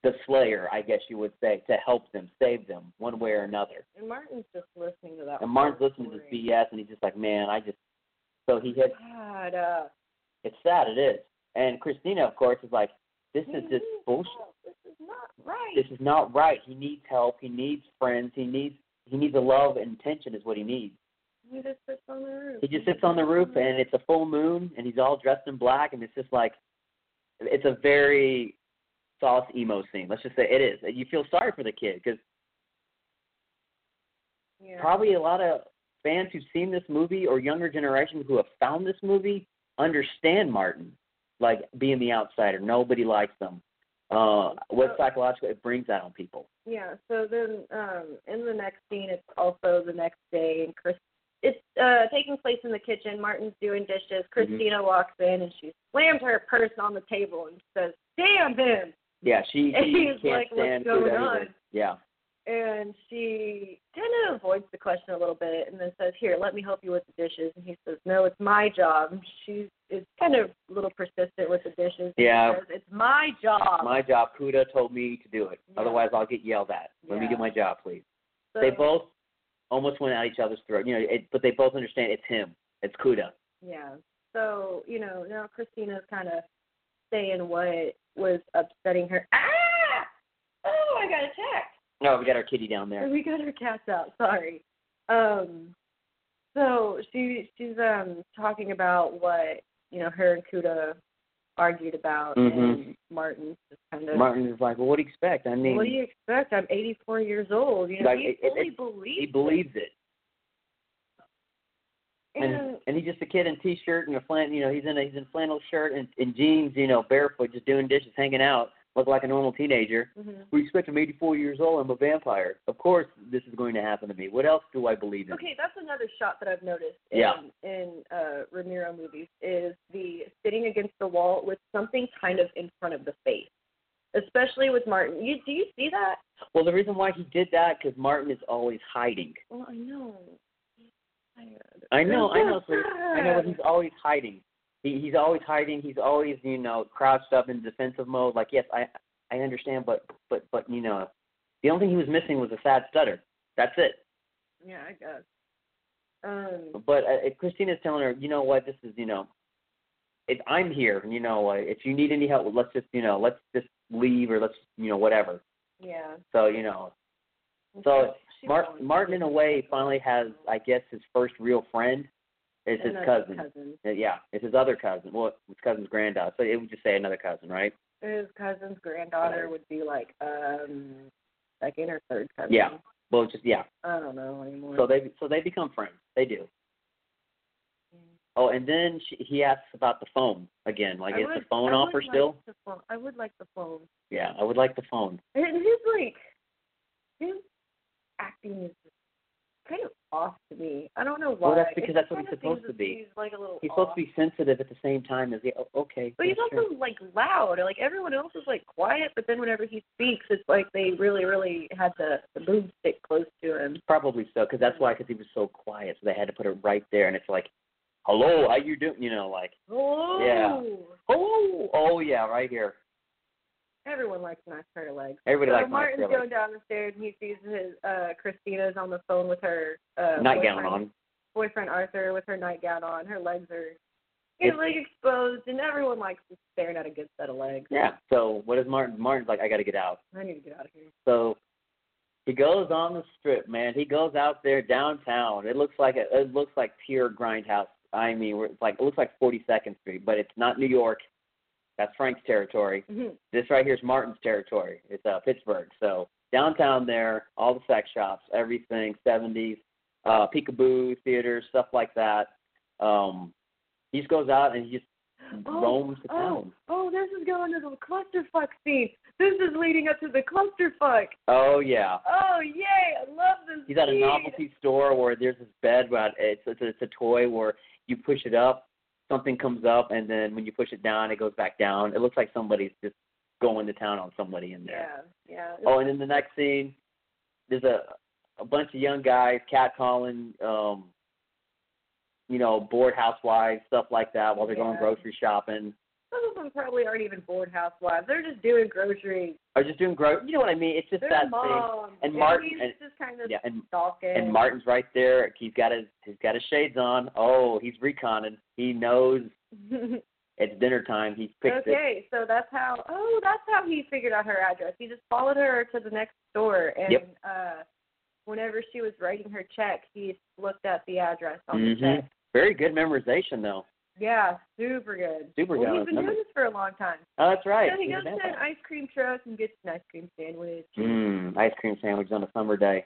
the slayer. I guess you would say to help them, save them, one way or another. And Martin's just listening to that. And Martin's whole listening to E this story. BS, and he's just like, man, I just. So he hits. God, uh, It's sad, it is. And Christina, of course, is like, this is just bullshit. This is not right. This is not right. He needs help. He needs friends. He needs he needs a love and attention is what he needs. he just sits on the roof. He just sits on the roof and it's a full moon and he's all dressed in black and it's just like it's a very sauce emo scene. Let's just say it is. You feel sorry for the kid because yeah. probably a lot of fans who've seen this movie or younger generation who have found this movie understand Martin like being the outsider. Nobody likes them. Uh, what psychological it brings that on people. Yeah. So then, um, in the next scene, it's also the next day, and Chris, it's uh, taking place in the kitchen. Martin's doing dishes. Mm-hmm. Christina walks in, and she slams her purse on the table and says, "Damn him!" Yeah, she, And she he's can't like, "What's stand going food on?" anything. Yeah. And she kind of avoids the question a little bit, and then says, "Here, let me help you with the dishes." And he says, "No, it's my job." And She is kind of a little persistent with the dishes. He Yeah. says, it's my job. My job. Kuda told me to do it. Otherwise, I'll get yelled at. Let me Yeah. do my job, please. So- They both almost went at each other's throat. You know, it, but they both understand it's him. It's Kuda. Yeah. So, you know, now Christina's kind of saying what was upsetting her. Ah! Oh, I got attacked. No, we got our kitty down there. We got her cats out. Sorry. Um, so she she's um talking about what you know her and Kuda argued about, Mhm. and Martin's just kind of Martin is like, well, what do you expect? I mean, what do you expect? I'm 84 years old. You know, Like, he it- it- fully it- believes. he believes it. it. and and he's just a kid in a t-shirt and a flan, you know, he's in a he's in flannel shirt and, and jeans, you know, barefoot, just doing dishes, hanging out, look like a normal teenager. Mhm. We expect him 84 years old. I'm a vampire. Of course, this is going to happen to me. What else do I believe in? Okay, that's another shot that I've noticed in, Yeah. in uh, Ramiro movies is the sitting against the wall with something kind of in front of the face, especially with Martin. You do you see that? Well, the reason why he did that because Martin is always hiding. Well, I know. Tired. I know, I know, sweet. I know, but he's always hiding. He, he's always hiding. He's always, you know, crouched up in defensive mode. Like, yes, I, I understand, but, but, but, you know, the only thing he was missing was a sad stutter. That's it. Yeah, I guess. Um. But uh, if Christina's telling her, you know what, this is, you know, if I'm here, you know, uh, if you need any help, let's just, you know, let's just leave or let's, you know, whatever. Yeah. So, you know, so She Mar- won't. Martin, in a way, finally has, I guess, his first real friend is his Another cousin. cousin. Uh, Yeah, it's his other cousin. Well, his cousin's granddaughter. So it would just say another cousin, right? His cousin's granddaughter would be like um second or third cousin. Yeah. Well, it's just yeah. I don't know anymore. So they so they become friends. They do. Oh, and then she, he asks about the phone again. Like, I is would- the phone I off would or like still? the phone- I would like the phone. Yeah, I would like the phone. And his like his acting is just kind of off to me. I don't know why. Well, that's because It that's what kinda he's supposed seems that to be. He's like a little. He's off. supposed to be sensitive at the same time as the oh, okay. But yeah, he's also like loud. Like everyone else is like quiet, but then whenever he speaks, it's like they really, really had the the boomstick close to him. Probably so, because that's why, because he was so quiet, so they had to put it right there, and it's like, hello, how you doing? You know, like, Oh. Yeah. oh, oh yeah, right here. Everyone likes Max Carter legs. Everybody so likes Max Martin's Carter going down the stairs and he sees his uh Christina's on the phone with her uh Nightgown boyfriend- on. boyfriend Arthur with her nightgown on. Her legs are you know, like exposed and everyone likes to staring at a good set of legs. Yeah. So what is Martin? Martin's like, I got to get out. I need to get out of here. So he goes on the strip, man. He goes out there downtown. It looks like a, it looks like pure grindhouse. I mean, where it's like it looks like 42nd Street, but it's not New York. That's Frank's territory. Mm-hmm. This right here is Martin's territory. It's uh, Pittsburgh. So downtown there, all the sex shops, everything 70s, uh, peekaboo theaters, stuff like that. Um, he just goes out and he just Oh, roams the oh, town. oh, this is going to the clusterfuck scene. This is leading up to the clusterfuck. Oh yeah. Oh yay! I love this. He's at a scene. novelty store where there's this bed, but it's it's, it's a toy where you push it up, something comes up, and then when you push it down, it goes back down. It looks like somebody's just going to town on somebody in there. Yeah, yeah. Oh, and then the next scene, there's a a bunch of young guys catcalling, um, you know, bored housewives, stuff like that, while they're going Yeah. grocery shopping. Some of them probably aren't even bored housewives. They're just doing groceries. Or just doing gro. You know what I mean? It's just Their that mom. thing. And Martin. he's and- just kind of yeah, and stalking. And Martin's right there. He's got his he's got his shades on. Oh, he's reconning. He knows it's dinner time. He's picked it. okay, so that's how. Oh, that's how he figured out her address. He just followed her to the next store, and Yep. uh, whenever she was writing her check, he looked at the address on the Mhm. check. Very good memorization though. Yeah, super good. Super well, good, He's been remember. doing this for a long time. Oh, that's right. So he He's a goes to an vampire. ice cream truck and gets an ice cream sandwich. Mm, ice cream sandwiches on a summer day.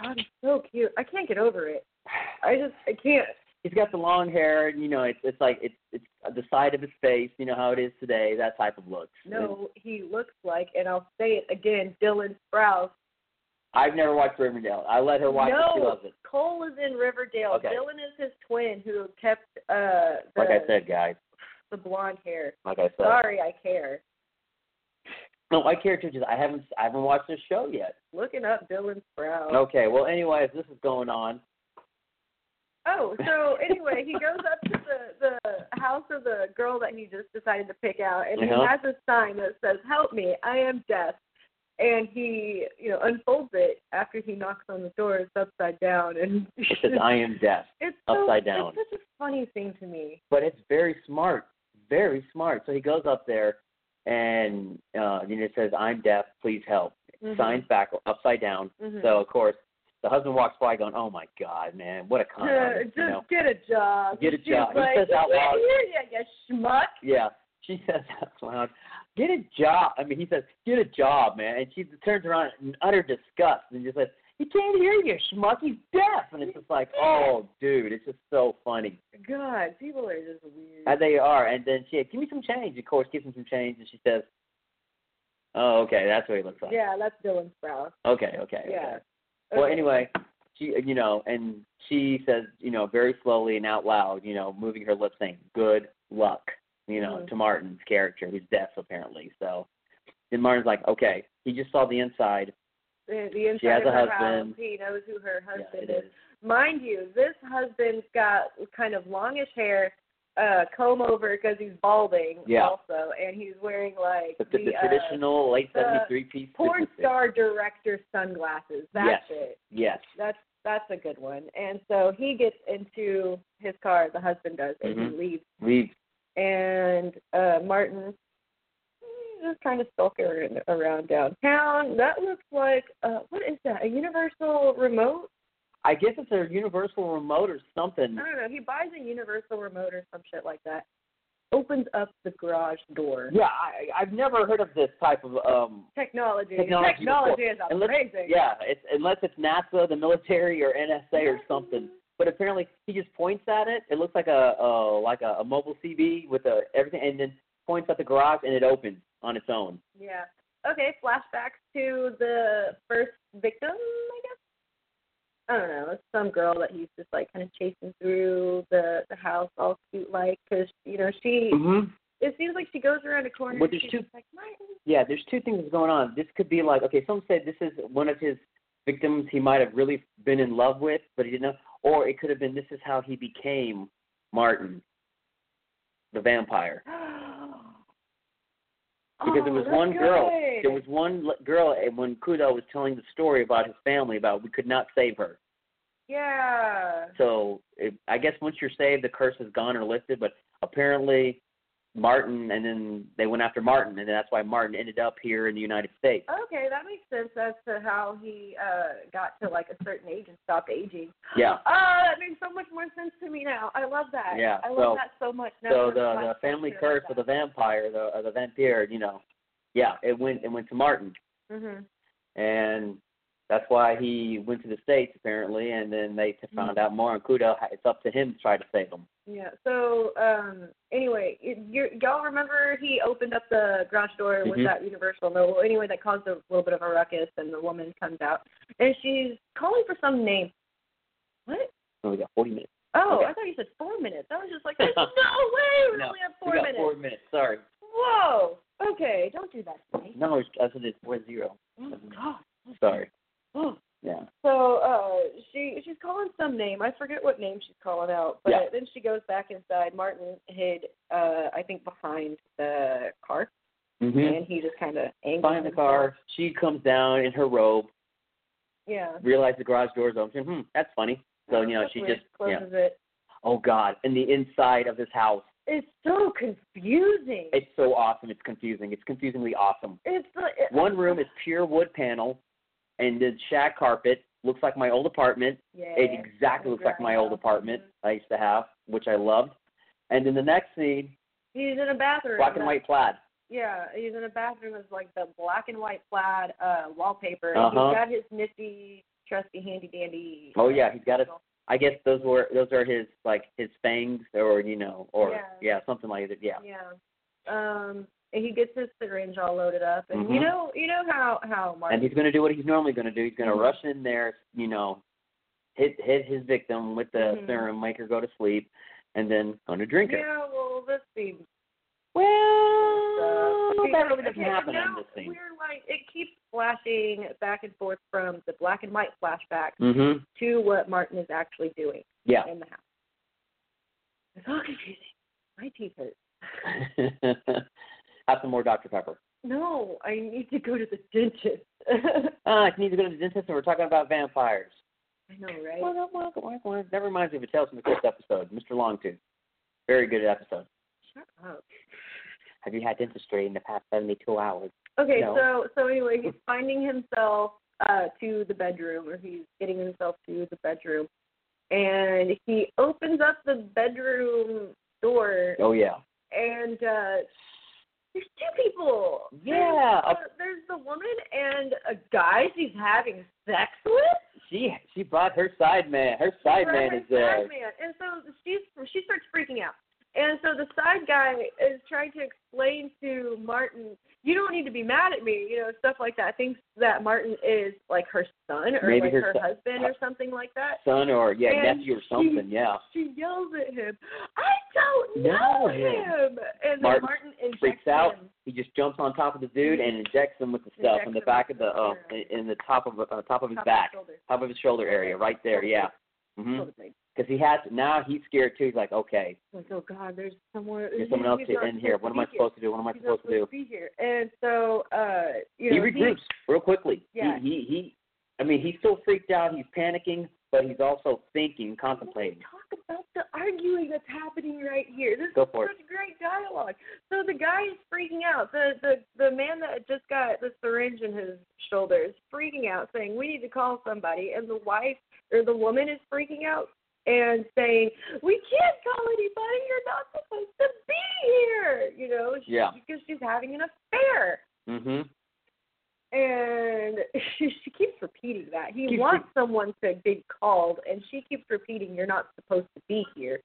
God, it's so cute. I can't get over it. I just I can't. he's got the long hair, and you know, it's it's like it's it's the side of his face. You know how it is today. That type of look. No, he looks like, and I'll say it again, Dylan Sprouse. I've never watched Riverdale. I let her watch it. She no, loves it. Cole is in Riverdale. Okay. Dylan is his twin who kept uh the, Like I said, guys. the blonde hair. Like I said. Sorry, I care. No, I care too. Just I haven't I haven't watched this show yet. Looking up Dylan Sprouse. Okay. Well, anyways, this is going on. Oh, so anyway, he goes up to the the house of the girl that he just decided to pick out, and Uh-huh. he has a sign that says "Help me, I am deaf." And he, you know, unfolds it after he knocks on the door. It's upside down, and It says I am deaf. it's so, upside down. It's such a funny thing to me. but it's very smart, very smart. So he goes up there, and uh, you know, it says, "I'm deaf, please help." Mhm. Signs back upside down. Mhm. So of course, the husband walks by, going, "Oh my God, man, what a con Uh, artist!" just You know? get a job. Get a She's job. He Like, says out "You loud- hear ya, you schmuck. Yeah, she says out loud, "Get a job." I mean, he says, "Get a job, man," and she turns around in utter disgust and just says, "He can't hear you, schmuck. He's deaf." And it's just like, "Oh, dude, it's just so funny." God, people are just weird. And they are. And then she had, give me some change. Of course, gives him some change. And she says, oh, okay, that's what he looks like. Yeah, that's Dylan Sprouse. Okay, okay. Yeah. okay. Well, Okay. anyway, she, you know, and she says, you know, very slowly and out loud, you know, moving her lips, saying, good luck, you know, Mhm. to Martin's character, who's deaf apparently. So then Martin's like, okay, he just saw the inside. The, the inside She has of a her husband. house. He knows who her husband yeah, it is. is. Mind you, this husband's got kind of longish hair, uh, comb over because he's balding Yeah. also, and he's wearing like But the, the, traditional late uh, the 73 piece. uh, porn business thing. star director sunglasses. That's Yes. it. Yes. That's that's a good one. And so he gets into his car, the husband does, and Mhm. he leaves. We, And uh, Martin he's just kind of skulking around downtown. That looks like uh, what is that? A universal remote? I guess it's a universal remote or something. I don't know. He buys a universal remote or some shit like that. Opens up the garage door. Yeah, I, I've never heard of this type of um Technology. technology. Technology before. is unless, amazing. Yeah, it's, unless it's NASA, the military, or NSA or something. But apparently, he just points at it. It looks like a uh, like a, a mobile CB with a everything, and then points at the garage, and it opens on its own. Yeah. Okay. Flashbacks to the first victim, I guess. I don't know. It's some girl that he's just like kind of chasing through the the house, all cute like, because you know she. Mm-hmm. It seems like she goes around a corner. Well, and there's she's two- just like, Martin. Yeah, there's two things that's going on. This could be like okay, some said this is one of his victims he might have really been in love with, but he didn't know, or it could have been this is how he became Martin, the vampire. because there was oh, one that's girl. good. There was one l- girl, and when Kudo was telling the story about his family, about we could not save her. Yeah. So it, I guess once you're saved, the curse is gone or lifted. But apparently, Martin, and then they went after Martin, and that's why Martin ended up here in the United States. Okay, that makes sense as to how he uh got to like a certain age and stopped aging. Yeah. Oh, that makes so much more sense to me now. I love that. Yeah, I so- love that so much. Now So I'm the the glad I family heard about curse of the that. vampire, the or the vampire, you know, yeah, it went it went to Martin, Mhm. and that's why he went to the states apparently, and then they Mm. found out more. And Kudo, it's up to him to try to save him. Yeah. So um anyway, it, you y'all remember he opened up the garage door with Mhm. that universal note. Well, anyway, that caused a little bit of a ruckus, and the woman comes out and she's calling for some name. What? So we got 40 minutes. Oh, Okay. I thought you said four minutes. I was just like, there's no way we No, only have we four got minutes. four minutes. Sorry. Whoa. Okay, don't do that to me. No, it's- that's what it's four zero. Oh, God. Sorry. Oh. Yeah. So uh, she she's calling some name. I forget what name she's calling out, but Yeah. then she goes back inside. Martin hid, uh, I think, behind the car, Mhm. and he just kind of angled Behind the himself. car, she comes down in her robe, Yeah. realizes the garage door is open. Hmm, that's funny. So you know, That's she weird. just yeah. closes it. Oh God! And the inside of this house, It's so confusing. it's so awesome. It's confusing. It's confusingly awesome. it's like it, One room is pure wood panel, and the shag carpet looks like my old apartment. yeah. It exactly looks like my old apartment I used to have, which I loved. And then the next scene, He's in a bathroom. black and that- white plaid. Yeah, he's in a bathroom that's like the black and white plaid uh wallpaper. Uh-huh. He's got his nifty, trusty, handy dandy. Oh, yeah, he's got his- I guess those were those are his like his fangs or you know or Yeah. something like that. Yeah. Yeah. Um, and he gets his syringe all loaded up, and Mhm. you know, you know how how Mark. And he's going to do what he's normally going to do. He's going to Mm-hmm. rush in there, you know, hit hit his victim with the Mhm. serum, make her go to sleep, and then going to drink her. Yeah, well, this seems. Well, Uh, Oh, that really doesn't okay, happen now in this scene. We're like it keeps flashing back and forth from the black and white flashback Mhm. to what Martin is actually doing Yeah. in the house. It's all confusing. My teeth hurt. Have some more Dr Pepper. No, I need to go to the dentist. Ah, I need to go to the dentist, and we're talking about vampires. I know, right? Wonk, wonk, wonk, wonk. That reminds me of a Tales from the Crypt episode, Mr. Longtooth. Very good episode. Shut up. Have you had dentistry in the past 72 hours? Okay, No. so so anyway, he's finding himself uh, to the bedroom, or he's getting himself to the bedroom, and he opens up the bedroom door, Oh, yeah. and uh, there's two people. Yeah, there's, a- the, there's the woman and a guy she's having sex with. She she brought her side man. Her side man is Right, there. Sideman. And so she's she starts freaking out. And so the side guy is trying to explain to Martin, you don't need to be mad at me, you know, stuff like that. I think that Martin is like her son or Maybe like her her, son- husband or something like that. son or yeah And nephew or something. yeah. She yells at him, I don't No, know him. him. And then Martin Martin injects Freaks out. him. He just jumps on top of the dude and injects him with the stuff Injects in the him back of with the the uh, serum. in the top of uh, top of his Top of his back, shoulder. top of his shoulder area, right there. Yeah. Mhm. Shoulder blade. Because he has now he's scared too. He's like, okay, Like, oh God, there's somewhere. there's someone else here- in here. What am I supposed to do? What am I He's not supposed to do? to be here. And so, uh, you he know, regroups real quickly. Yeah. He, he he. I mean, he's still freaked out. He's panicking, but he's also thinking, contemplating. talk about the arguing that's happening right here. This Go is for it. such great dialogue. So the guy is freaking out. The the the man that just got the syringe in his shoulder is freaking out, saying, "We need to call somebody." And the wife or the woman is freaking out and saying, "We can't call anybody. You're not supposed to be here." You know, she, Yeah. because she's having an affair. Mm-hmm. And she, she keeps repeating that. He Keeps wants someone to be called, and she keeps repeating, You're not supposed to be here.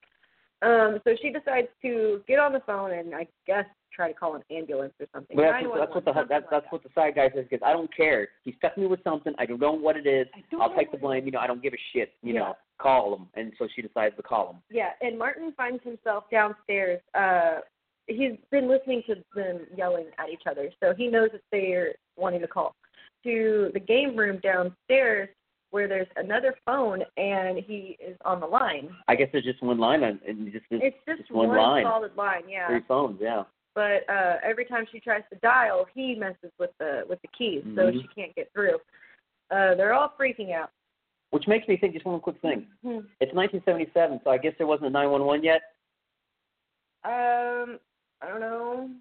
Um, so she decides to get on the phone and I guess try to call an ambulance or something. But that's, what- 911, that's what the that's, something that's, like what the side guy says because I don't care. He stuck me with something. I don't know what it is. I don't I'll know take the what it blame. You know, I don't give a shit. You Yeah. know, call him. And so she decides to call him. that. Yeah, and Martin finds himself downstairs. Uh, he's been listening to them yelling at each other, so he knows that they're wanting to call to the game room downstairs where there's another phone and he is on the line. I guess there's just one line on and just this It's just, just one line. solid line, yeah. three phones. Yeah. but uh every time she tries to dial he messes with the with the keys so Mhm. she can't get through uh they're all freaking out Which makes me think just one quick thing. Hmm. It's 1977, so I guess there wasn't a 911 yet. um i don't know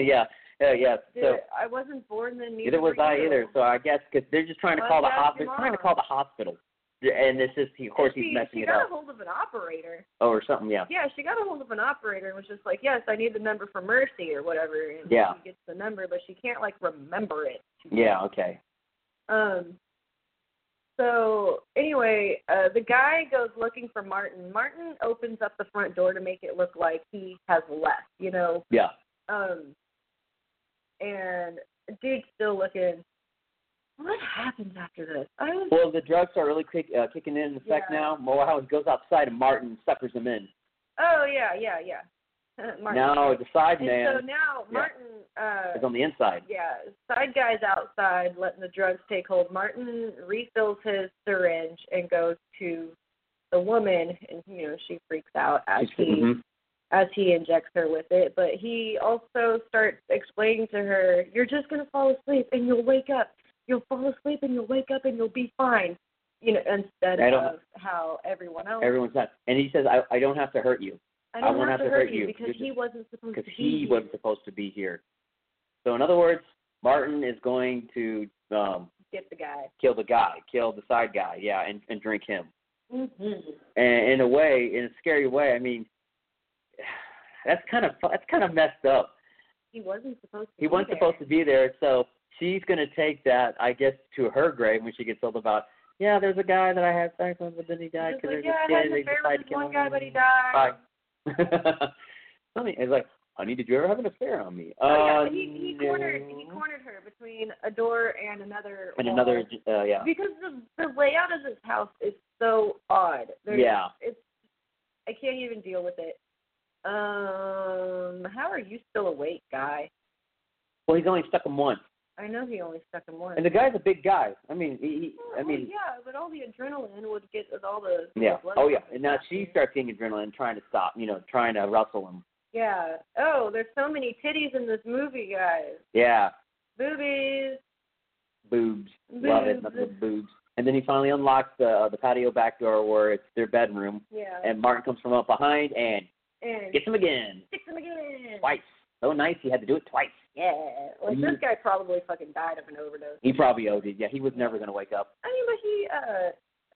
yeah. Yeah. Yeah. Did- So i wasn't born then neither Neither was were I you. either. So I guess because they're just trying to Well, call the that's hos- they're your trying to mom. call the hospital, and it's just he- of course she, he's she messing it got a up Oh, hold of an operator or something. Yeah. yeah she got a hold of an operator and was just like yes i need the number for mercy or whatever and Yeah. she gets the number but she can't like remember it Yeah. Okay. Um. So anyway, uh, the guy goes looking for Martin. Martin opens up the front door to make it look like he has left. You know. Yeah. Um. And dude's still looking. What happens after this? I was Well, the drugs are really kick, uh, kicking in in effect Yeah. now. Moa Howard goes outside and Martin suckers him in. oh yeah yeah yeah. Martin. Now the side and man so now Yeah. Martin. Uh, is on the inside. Yeah, side guy's outside letting the drugs take hold. Martin refills his syringe and goes to the woman, and you know she freaks out as he Mhm. as he injects her with it. But he also starts explaining to her, "You're just gonna fall asleep and you'll wake up. You'll fall asleep and you'll wake up and you'll be fine." You know, instead I don't- of how everyone else. Everyone's not, and he says, "I, I don't have to hurt you I I don't won't have, to hurt, you because You're he just- wasn't supposed to because be he here. wasn't supposed to be here." So in other words, Martin is going to um, get the guy. kill the guy, kill the side guy, yeah, and, and drink him. Mm-hmm. and in a way, in a scary way. I mean, that's kind of that's kind of messed up. He wasn't supposed to. He be wasn't there. supposed to be there, so she's going to take that, I guess, to her grave when she gets old. About Yeah, there's a guy that I had sex with, but then he died Just because like, they're yeah, I had just dead. an They affair decided with to kill one him. guy, but he died. Bye. Honey, it's like, honey, did you ever have an affair on me? Oh, yeah, uh, but he, he no. cornered he cornered her between a door and another. And wall. another, uh, yeah. Because the the layout of this house is so odd. There's, Yeah. It's I can't even deal with it. Um, how are you still awake, guy? Well, he's only stuck him once, I know he only stuck him once. and the guy's a big guy. I mean, he, he I Well, mean, yeah, but all the adrenaline would get all the yeah. the blood Oh yeah. flow. And now she starts getting adrenaline, trying to stop, you know, trying to wrestle him. Yeah. Oh, there's so many titties in this movie, guys. Yeah, Boobies. boobs, love it, Boobs. nothing but boobs. And then he finally unlocks the uh, the patio back door where it's their bedroom, Yeah. and Martin comes from up behind and and gets him again sticks him again. twice. So nice, he had to do it twice. Yeah. Like Mm. this guy probably fucking died of an overdose. He probably OD'd. Yeah, he was never gonna wake up. I mean, but he, uh,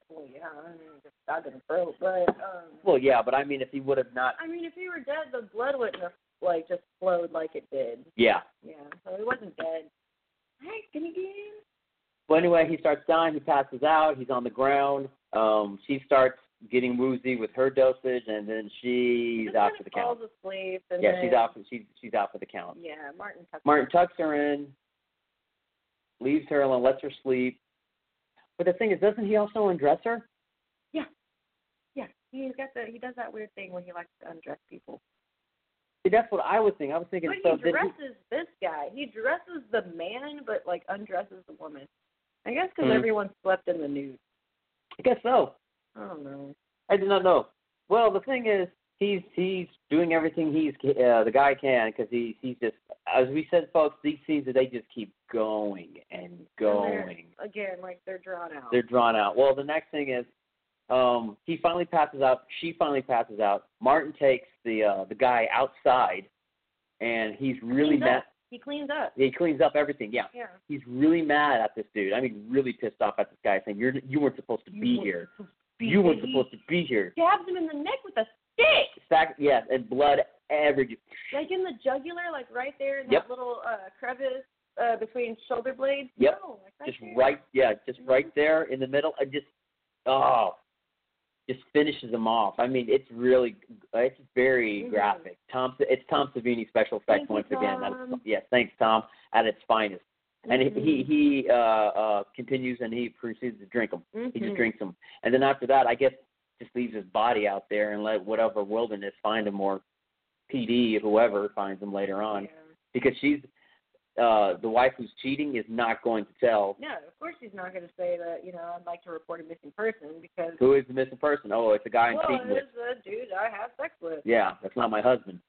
well, yeah, I mean, he just died of a throat. But um, Well, yeah, but I mean, if he would have not, I mean, if he were dead, the blood wouldn't have like just flowed like it did. yeah. Yeah. So he wasn't dead. Hi, skinny again. Well, anyway, he starts dying. He passes out. He's on the ground. Um, she starts getting woozy with her dosage, and then she's Just out kinda for the falls count. asleep. And Yeah, then, she's out. For, she's she's out for the count. Yeah, Martin. Tucker. Martin tucks her in, leaves her alone, lets her sleep. But the thing is, doesn't he also undress her? Yeah, he's got the. He does that weird thing where he likes to undress people. See, that's what I was thinking. I was thinking. But so he did dresses this guy. He dresses the man, but like undresses the woman. I guess 'cause Mhm. everyone slept in the nude. I guess so. I don't know. I did not know. Well, the thing is, he's he's doing everything he's uh, the guy can because he he's just as we said, folks. These scenes they just keep going and going. Again, like they're drawn out. They're drawn out. Well, the next thing is, um, he finally passes out. She finally passes out. Martin takes the uh, the guy outside, and he's really cleans mad. up. He cleans up. He cleans up everything. Yeah, Yeah. he's really mad at this dude. I mean, really pissed off at this guy, saying you're you weren't supposed to You be weren't here. supposed to be You weren't here." He supposed to be here. Stabs him in the neck with a stick, Sac- yes, and blood every. like in the jugular, like right there in Yep. that little uh, crevice uh, between shoulder blades. Yep. No, like right Just there. right, yeah, just Mhm. right there in the middle. I just, oh, just finishes them off. I mean, it's really, it's very Mhm. graphic. Tom, it's Tom Savini special effects Thank you, once again. At its- Tom. yes, thanks, Tom, at its finest. And he- Mhm. he he uh, uh, continues and he proceeds to drink them. He Mhm. just drinks them, and then after that, I guess just leaves his body out there and let whatever wilderness find him or PD whoever finds him later on. Yeah. because she's uh the wife who's cheating is not going to tell No, of course he's not going to say that. You know, I'd like to report a missing person because who is the missing person. Oh, it's a guy I'm well, cheating with. it's the dude I have sex with. Yeah, that's not my husband.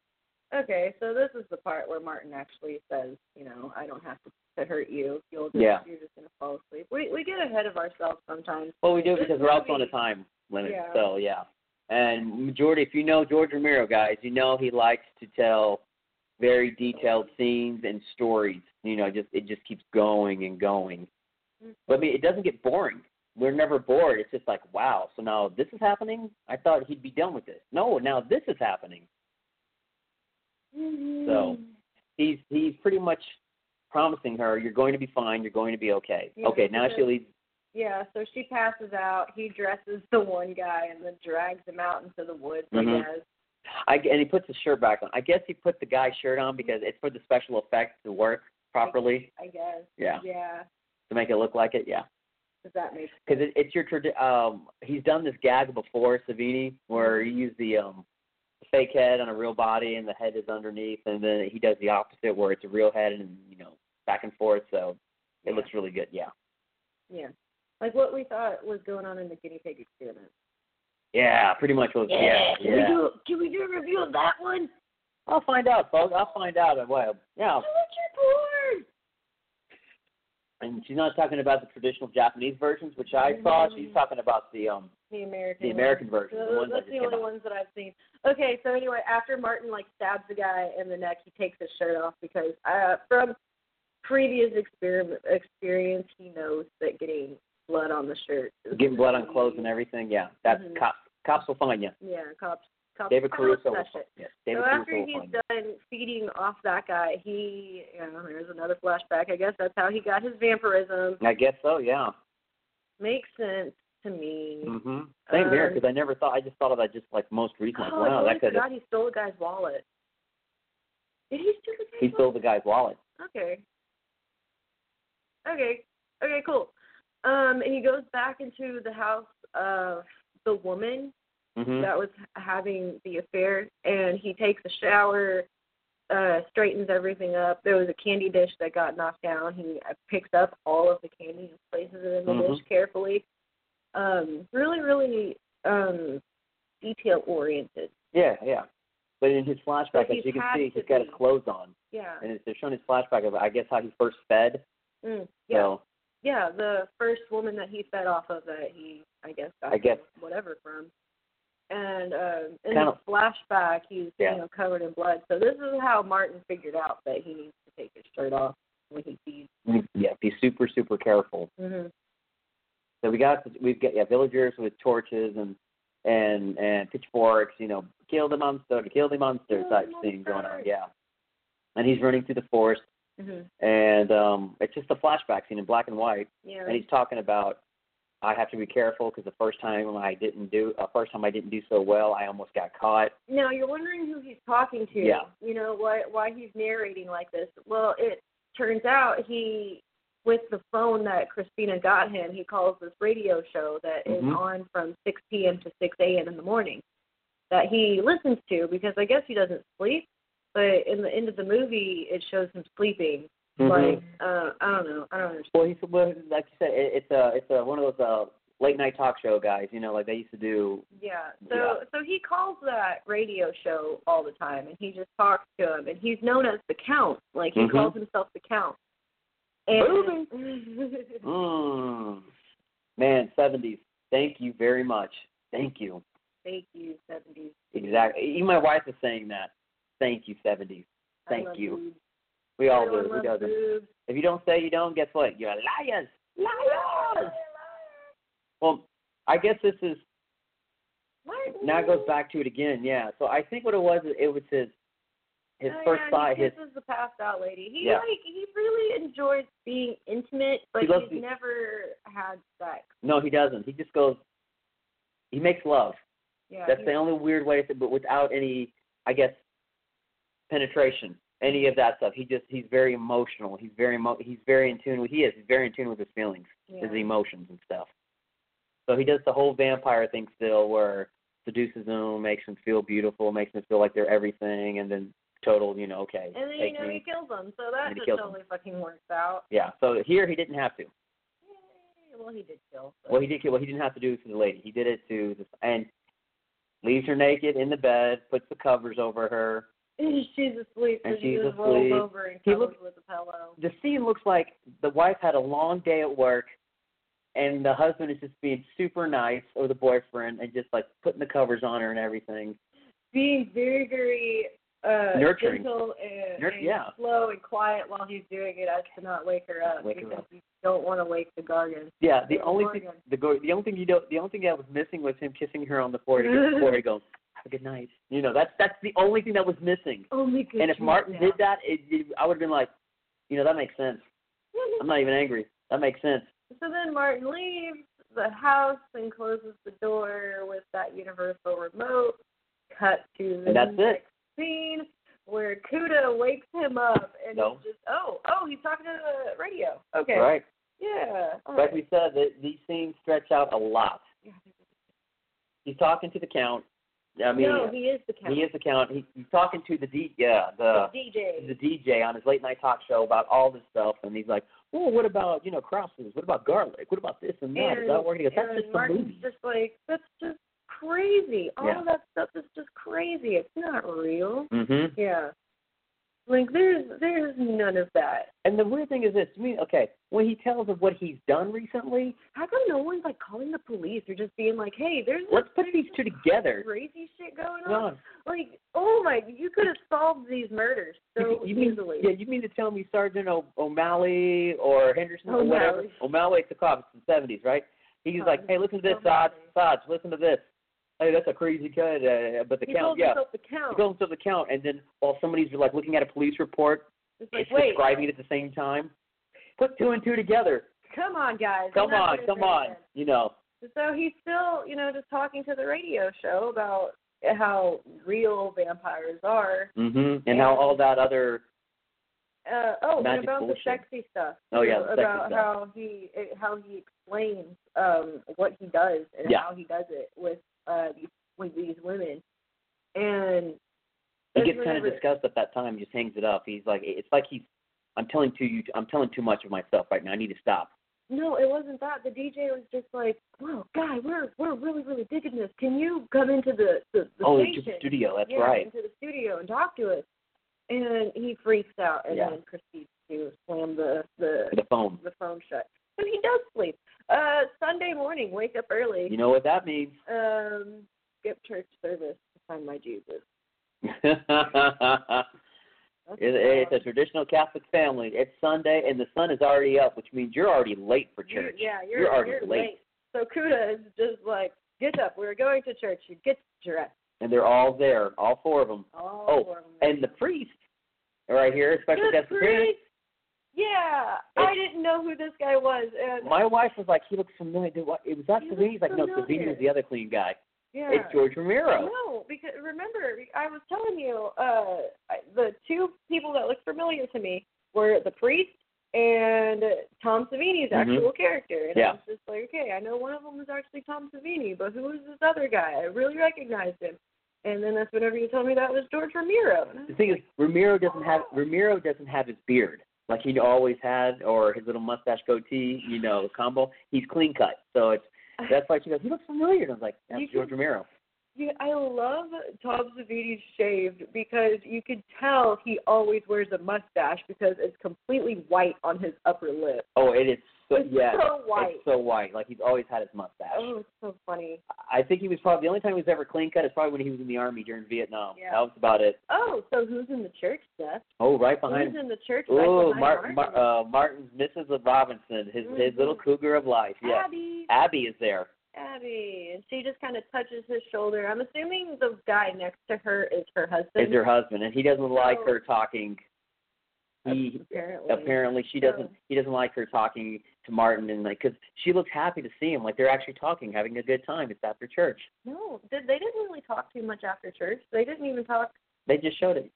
Okay, so this is the part where Martin actually says, you know, I don't have to, to hurt you. You'll just, Yeah. you're just gonna fall asleep. We we get ahead of ourselves sometimes. Well, we do it This because we're also on movie- a time limit. Yeah. So yeah, and majority, if you know George Romero, guys, you know he likes to tell very detailed scenes and stories. You know, just it just keeps going and going. Mm-hmm. But I mean, it doesn't get boring. We're never bored. It's just like, wow. So now this is happening. I thought he'd be done with this. No, now this is happening. Hmm. So he's he's pretty much promising her, you're going to be fine, you're going to be okay. Yeah, okay, now because- she leaves. Yeah, so she passes out. He dresses the one guy and then drags him out into the woods. Mhm. I guess. I and he puts his shirt back on. I guess he put the guy's shirt on because it's for the special effects to work properly I guess. Yeah. Yeah. to make it look like it. Yeah, Does that make? because it, it's your tradi- um He's done this gag before Savini where he used the um fake head on a real body and the head is underneath, and then he does the opposite where it's a real head and you know back and forth. So it Yeah. looks really good. Yeah. Yeah. Like what we thought was going on in the guinea pig experiment. Yeah, pretty much was. Can yeah. we do? Can we do a review of that one? I'll find out, folks. I'll find out. uh, Well, yeah, Richard Bourne. and she's not talking about the traditional Japanese versions, which I saw. Mm-hmm. She's talking about the um The American. the one. American version, the Those- ones that that's just the came only out. ones that I've seen. Okay, so anyway, after Martin like stabs the guy in the neck, he takes his shirt off because uh, from previous experiment experience, he knows that getting blood on the shirt. Is Getting blood on clothes and everything. Yeah, that's Mhm. cops. Cops will find you. Yeah, cops. cops David cops Caruso. Will, that find- shit. yes, David so after Caruso will he's find you. done feeding off that guy, he you know, there's another flashback. I guess that's how he got his vampirism. I guess so. Yeah. makes sense to me. hmm Same here, Um, 'cause I never thought. I just thought of that just like most recently. oh, like, wow, I that totally could forgot he stole a guy's wallet. Did he steal the guy's he stole the guy's wallet. Okay. Okay. Okay, cool. Um, and he goes back into the house of the woman Mhm. that was having the affair and he takes a shower, uh, straightens everything up. There was a candy dish that got knocked down. He uh, picks up all of the candy and places it in the Mhm. dish carefully. Um, really, really um detail oriented. Yeah, yeah. But in his flashback, But as he's you can had see, to he's got his be. clothes on, Yeah. and it's, they're showing his flashback of I guess how he first fed. Mm, yeah. So Yeah, the first woman that he fed off of that he, I guess, got I guess. whatever from. And um, in Kind the flashback, he's Yeah. you know covered in blood. So this is how Martin figured out that he needs to take his shirt off when he feeds. mm, yeah, be super super careful. Mm-hmm. So we got we've got yeah villagers with torches and and and pitchforks, you know, kill the monster, kill the monster Kill the type thing going on. monster. Yeah. And he's running through the forest, Mm-hmm. and um it's just a flashback scene in black and white. Yeah. and he's talking about I have to be careful because the first time when I didn't do uh, first time I didn't do so well, I almost got caught. Now you're wondering who he's talking to. Yeah. You know why why he's narrating like this. Well, it turns out he with the phone that Christina got him, he calls this radio show that is Mhm. on from 6 p.m. to 6 a.m. in the morning that he listens to because I guess he doesn't sleep. But in the end of the movie, it shows him sleeping. Mm-hmm. Like uh, I don't know, I don't understand. Well, he's well, like you said, it, it's a it's a one of those uh, late night talk show guys, you know, like they used to do. Yeah. So Yeah. so he calls that radio show all the time, and he just talks to him, and he's known as the Count. Like he Mhm. calls himself the Count. And Mm. Man, seventies. Thank you very much. Thank you. thank you, seventies. Exactly. Even my wife is saying that. Thank you, seventies. Thank you. We all do. Who doesn't? If you don't say you don't, guess what? You're liars. Liars. Well, I guess this is What? now it goes back to it again. Yeah. So I think what it was, it was his his oh, first yeah, thought. He His kisses the passed out lady. He Yeah. like he really enjoys being intimate, but He loves he's the- never had sex. no, he doesn't. He just goes. He makes love. Yeah. That's he- the only weird way to, but without any, I guess, penetration, any of that stuff. He just he's very emotional. He's very emo- he's very in tune with he is he's very in tune with his feelings, yeah. his emotions and stuff. So he does the whole vampire thing still, where seduces them, makes them feel beautiful, makes them feel like they're everything, and then total, you know, okay, And then you take know me. he kills him, so that And he just kills him. totally fucking works out. Yeah. So here he didn't have to. Yay. Well, he did kill. but- Well, he did. Well, he didn't have to do it to the lady. He did it to this, and leaves her naked in the bed, puts the covers over her. she's asleep, so And she she's just asleep. rolls over and He covers looked- with a pillow. The scene looks like the wife had a long day at work, and the husband is just being super nice, or the boyfriend, and just like putting the covers on her and everything. Being very, very uh, Nurturing. gentle and, Nur- and yeah. slow and quiet while he's doing it, as to not wake her up Wake her because up. you don't want to wake the garden. Yeah. The Yeah, only Morgan. thing, the go, the only thing you don't, the only thing that was missing was him kissing her on the forehead before he goes, "Have a good night." You know, that's that's the only thing that was missing. Oh my goodness! And if Martin did that, it, it, I would have been like, you know, that makes sense. I'm not even angry. That makes sense. so then Martin leaves the house and closes the door with that universal remote. Cut to the And that's it. scene where Kuda wakes him up and No. he's just oh oh he's talking to the radio. Okay. Right. Yeah. all Like right. we said, that these scenes stretch out a lot. Yeah, they He's talking to the count. I mean, no, he is the he captain. is the count. He, he's talking to the D, yeah, the DJ. the DJ on his late night talk show about all this stuff, and he's like, "Well, what about you know crosses? What about garlic? What about this and that? Is and, that working?" He goes, and That's just a Martin's movie. just like that's just crazy. All Yeah. of that stuff is just crazy. It's not real. Mm-hmm. Yeah. Like there's there's none of that. And the weird thing is this: to me, okay, when he tells of what he's done recently, How come no one's like calling the police or just being like, hey, there's this let's put these two together. crazy shit going on. No, Like, oh my, you could have solved these murders so you, mean, easily. Yeah, you mean to tell me Sergeant o- O'Malley or Henderson or whatever? O'Malley. O'Malley took off in the 70s, right? He's Oh, like, hey, listen to this, Sarge. O'Malley. Sarge, listen to this. Hey, that's a crazy kid. Uh, but the he count, calls yeah. himself the count. He calls himself the count, and then while somebody's like looking at a police report, it's like, it's wait, describing it at the same time. Put two and two together. Come on, guys. Come I'm not on, gonna come say on. that. You know, So he's still, you know, just talking to the radio show about how real vampires are. hmm and how all that other Uh, oh, Magic and about bullshit. the sexy stuff. Oh, yeah, the too, sexy about stuff. how he it- how he explains um what he does and Yeah. how he does it with uh these with these women, and he it's gets kind of whenever- disgusted at that time. Just hangs it up. He's like, it's like he's, I'm telling too you, I'm telling too much of myself right now. I need to stop. No, it wasn't that. The DJ was just like, "Whoa, guy, we're we're really really digging this. Can you come into the the, the Oh, into station? the studio, that's yeah, right. Into the studio and talk to us." And he freaks out and Yeah. then proceeds to slam the the The phone. the phone shut. And he does sleep. Uh, Sunday morning, wake up early. You know what that means? Um, skip church service to find my Jesus. it, it's a traditional Catholic family. It's Sunday and the sun is already up, which means you're already late for You- church. yeah, you're, You're already you're late. So Kuda is just like, "Get up, we're going to church. You get dressed." And they're all there, all four of them. All oh, four of 'em. and the priest right here, special Good guest appearance. grief. Yeah, I didn't know who this guy was, and My wife was like, he looks familiar. Did what- It was that He Savini? He's looks like, no, Savini familiar. was the other clean guy. yeah, It's George Romero. No, because remember, I was telling you, uh, I- the two people that looked familiar to me were the priest and Tom Savini's Mhm. actual character, and Yeah. I was just like, okay, I know one of them was actually Tom Savini, but who is this other guy? I really recognized him, and then that's whenever you told me that was George Romero. And I was The thing is, Ramiro doesn't have Ramiro doesn't have his beard like he always had, or his little mustache goatee, you know, combo. He's clean cut, so it's that's why she goes, "He looks familiar." And I was like, "That's You George can- Romero." Yeah, I love Tom Savini shaved because you could tell he always wears a mustache because it's completely white on his upper lip. Oh, it is so It's yeah, so white. it's so white. Like he's always had his mustache. Oh, it's so funny. I think he was probably the only time he was ever clean cut is probably when he was in the army during Vietnam. Yeah. That was about it. Oh, so who's in the church, Seth? Oh, right Who's behind. in the church? right Oh, behind Martin, Martin? Mar- uh, Martin's Mrs. Robinson, his his Mhm. little cougar of life. Yeah, Abby. Abby is there. Abby. And she just kind of touches his shoulder. I'm assuming the guy next to her is her husband. Is her husband, and he doesn't like her talking. Oh. He apparently. apparently she doesn't So- he doesn't like her talking to Martin and like because she looks happy to see him like they're actually talking having a good time it's after church No, did, they didn't really talk too much after church. They didn't even talk. they just showed it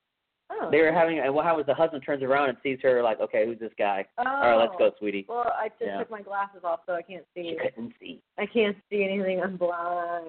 Oh. they were having and well how was the husband turns around and sees her like okay who's this guy all right let's go Oh. sweetie Well, I just Yeah. took my glasses off, so I can't see. she couldn't see I can't see anything. I'm blind.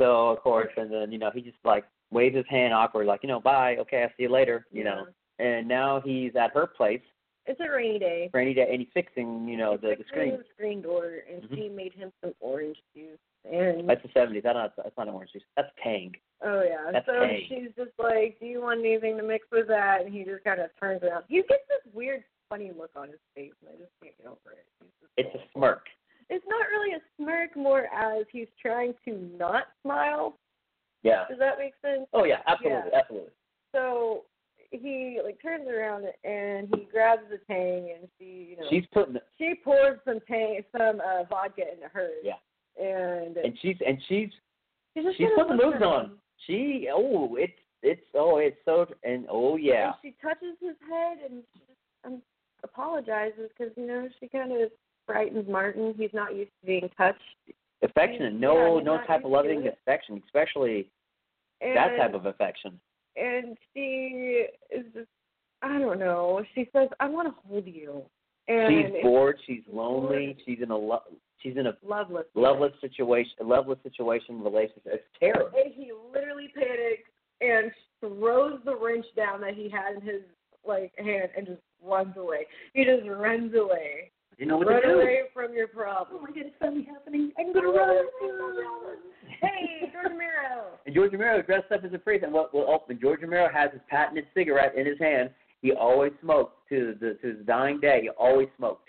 so of course and then you know he just like waves his hand awkward like you know bye okay I'll see you later you know and now he's at her place It's a rainy day. for any day and he's fixing you know the, the Fixed screen Mm-hmm. the screen door, and she made him some orange juice. And that's the seventies that's not that's not orange juice that's Tang oh yeah, that's so Tang. she's just like, "Do you want anything to mix with that?" And he just kind of turns around. He gets this weird, funny look on his face, and I just can't get over it. it's a smirk It's not really a smirk, more as he's trying to not smile. yeah Does that make sense? oh yeah absolutely Yeah. absolutely. So he like turns around and he grabs the tang and she you know She's putting the, she pours some tang some uh, vodka into hers. Yeah. And, and she's and she's she's just she's kinda putting the looking moves at on. him. She oh it's it's oh it's so and oh yeah And she touches his head and she just um, apologizes because you know she kind of frightens Martin. He's not used to being touched. affectionate no Yeah, no not type of used to loving it. affection especially And, that type of affection And she is just I don't know. She says I want to hold you. And she's it's bored she's lonely she's in a lo- she's in a Loveless. loveless situation a loveless situation relationship it's terrible and he literally panics and throws the wrench down that he had in his like hand and just runs away. He just runs away. you know what run to do away from your problem. Oh my god, it's finally happening. I'm gonna run. hey, Jordan Miro. and George Romero dressed up as a priest and what will oh, and George Romero has his patented cigarette in his hand he always smoked to the to his dying day he always smoked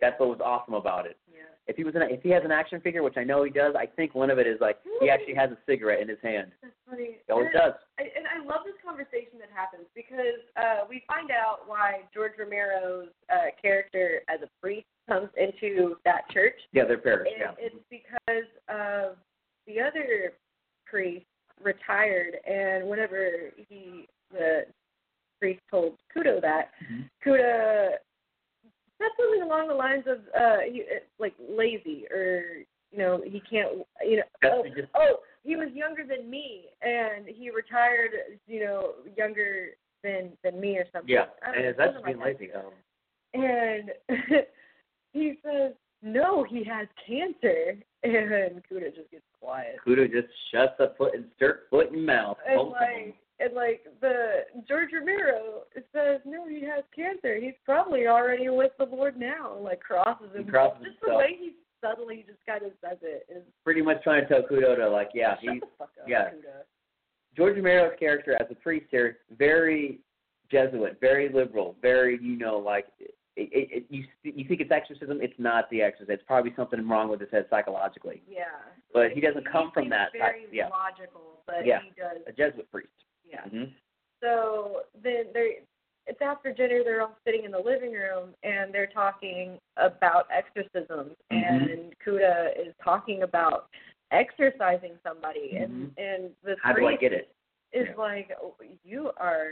that's what was awesome about it Yeah. if he was an, if he has an action figure, which I know he does, I think one of it is like he actually has a cigarette in his hand. That's funny. He always And- does. I, and I love this conversation that happens because uh, we find out why George Romero's uh, character as a priest comes into that church Yeah, they're parish. And Yeah. it's because of the other priest retired, and whenever he Mm-hmm. the priest told Kudo that, Kuda said something along the lines of uh, he, like lazy or you know he can't you know That's oh, because- oh he was younger than me and he retired you know younger than than me or something. Yeah, I don't know, and that's just something being like lazy. Um, that. And he says no, he has cancer, and Kuda just gets quiet. Kudo just shuts the foot and dirt foot and mouth. And Both of 'em. like and like the George Romero says, No, he has cancer. He's probably already with the Lord now and like crosses He himself. crosses just the himself. way he subtly just kind of says it is pretty much trying to tell Kudo to like, yeah, shut he's the fuck up, yeah. Kudo. George Romero's character as a priest here, very Jesuit, very liberal, very you know like it, it, it, you you think it's exorcism, it's not the exorcism. It's probably something wrong with his head psychologically. Yeah. But he doesn't come from seems that. very type- yeah, logical, but Yeah. he does a Jesuit priest. yeah. hmm So then they it's after dinner. They're all sitting in the living room and they're talking about exorcisms. Mm-hmm. And Kuda is talking about exorcising somebody, and and the Mm-hmm. How do I priest get it? is Yeah. like, "Oh, you are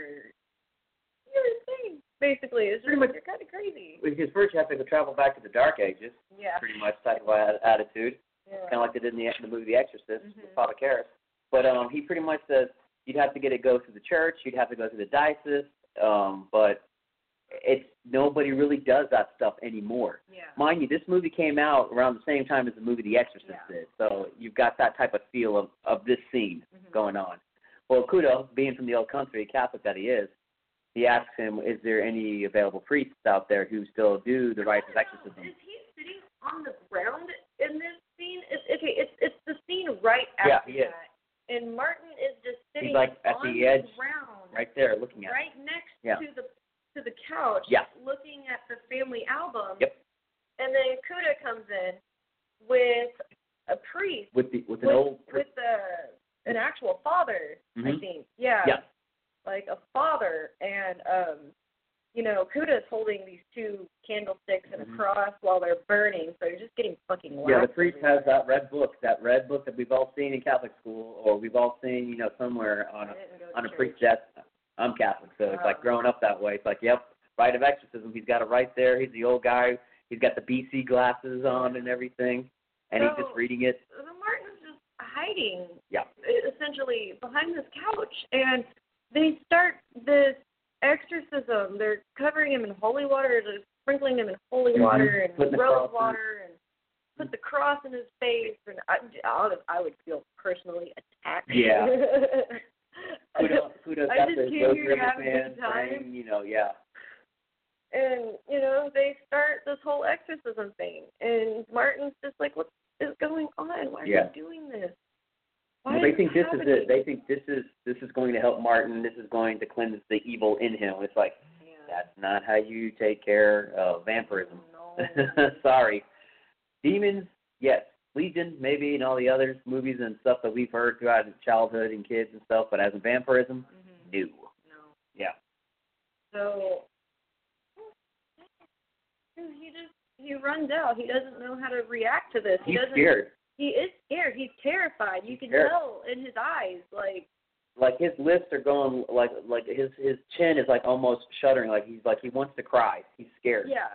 you're insane. Basically, it's just, Pretty much- you're kind of crazy. With his first epic of travel back to the Dark Ages, Yeah. pretty much type of at- attitude. yeah. kind of like they did in the, the movie The Exorcist with Father Karras. But um, he pretty much says you'd have to get it go through the church, you'd have to go through the diocese, um, but it's nobody really does that stuff anymore. yeah. Mind you, this movie came out around the same time as the movie The Exorcist Yeah. did, so you've got that type of feel of of this scene Mhm. going on. Well, Kudo, being from the old country, Catholic that he is, he asks him, "Is there any available priests out there who still do the rites of exorcism?" Is he sitting on the ground in this scene? It's okay. It's it's the scene right Yeah, after he is. that, and Martin is just sitting like at on the edge, ground, Right there, looking at. it. right next Yeah. to the to the couch, Yeah. looking at the family album. Yep. And then Kuda comes in with a priest With the with an with, old pri- with a, an actual father, I Mhm. think. Yeah. Yeah. Like a father and um you know, Kuda's holding these two candlesticks and a Mhm. cross while they're burning, so you're just getting fucking Yeah, the whacked priest has everywhere. that red book, that red book that we've all seen in Catholic school, or we've all seen, you know, somewhere on I a didn't go to on a church. priest desk. I'm Catholic, so it's Oh. like growing up that way. It's like, yep, rite of exorcism. He's got it right there. He's the old guy. He's got the BC glasses on and everything, and he's So- just reading it. So Martin's just hiding e, Yeah. essentially behind this couch and they start this exorcism. They're covering him in holy water, they're sprinkling him in holy Mhm. water Putting and the rose cross in. water and put the cross in his face and I, I would- I would feel personally attacked. Yeah. Kudos, kudos I got just the came Ghost here River having a fan good time. thing, you know, yeah. and you know they start this whole exorcism thing and martin's just like what is going on why are Yeah. you doing this Well, why they is think this happening? is it. They think this is this is going to help Martin. This is going to cleanse the evil in him. It's like yeah. that's not how you take care of vampirism. No. Sorry. Demons, yes. Legion, maybe, and all the other movies and stuff that we've heard throughout childhood and kids and stuff, but as a vampirism, Mhm. no. no Yeah. so he just he runs out he doesn't know how to react to this he He's doesn't scared. he is scared he's terrified you can Scared. tell in his eyes like Like his lips are going like like his his chin is like almost shuddering, like he's like he wants to cry. He's scared. yeah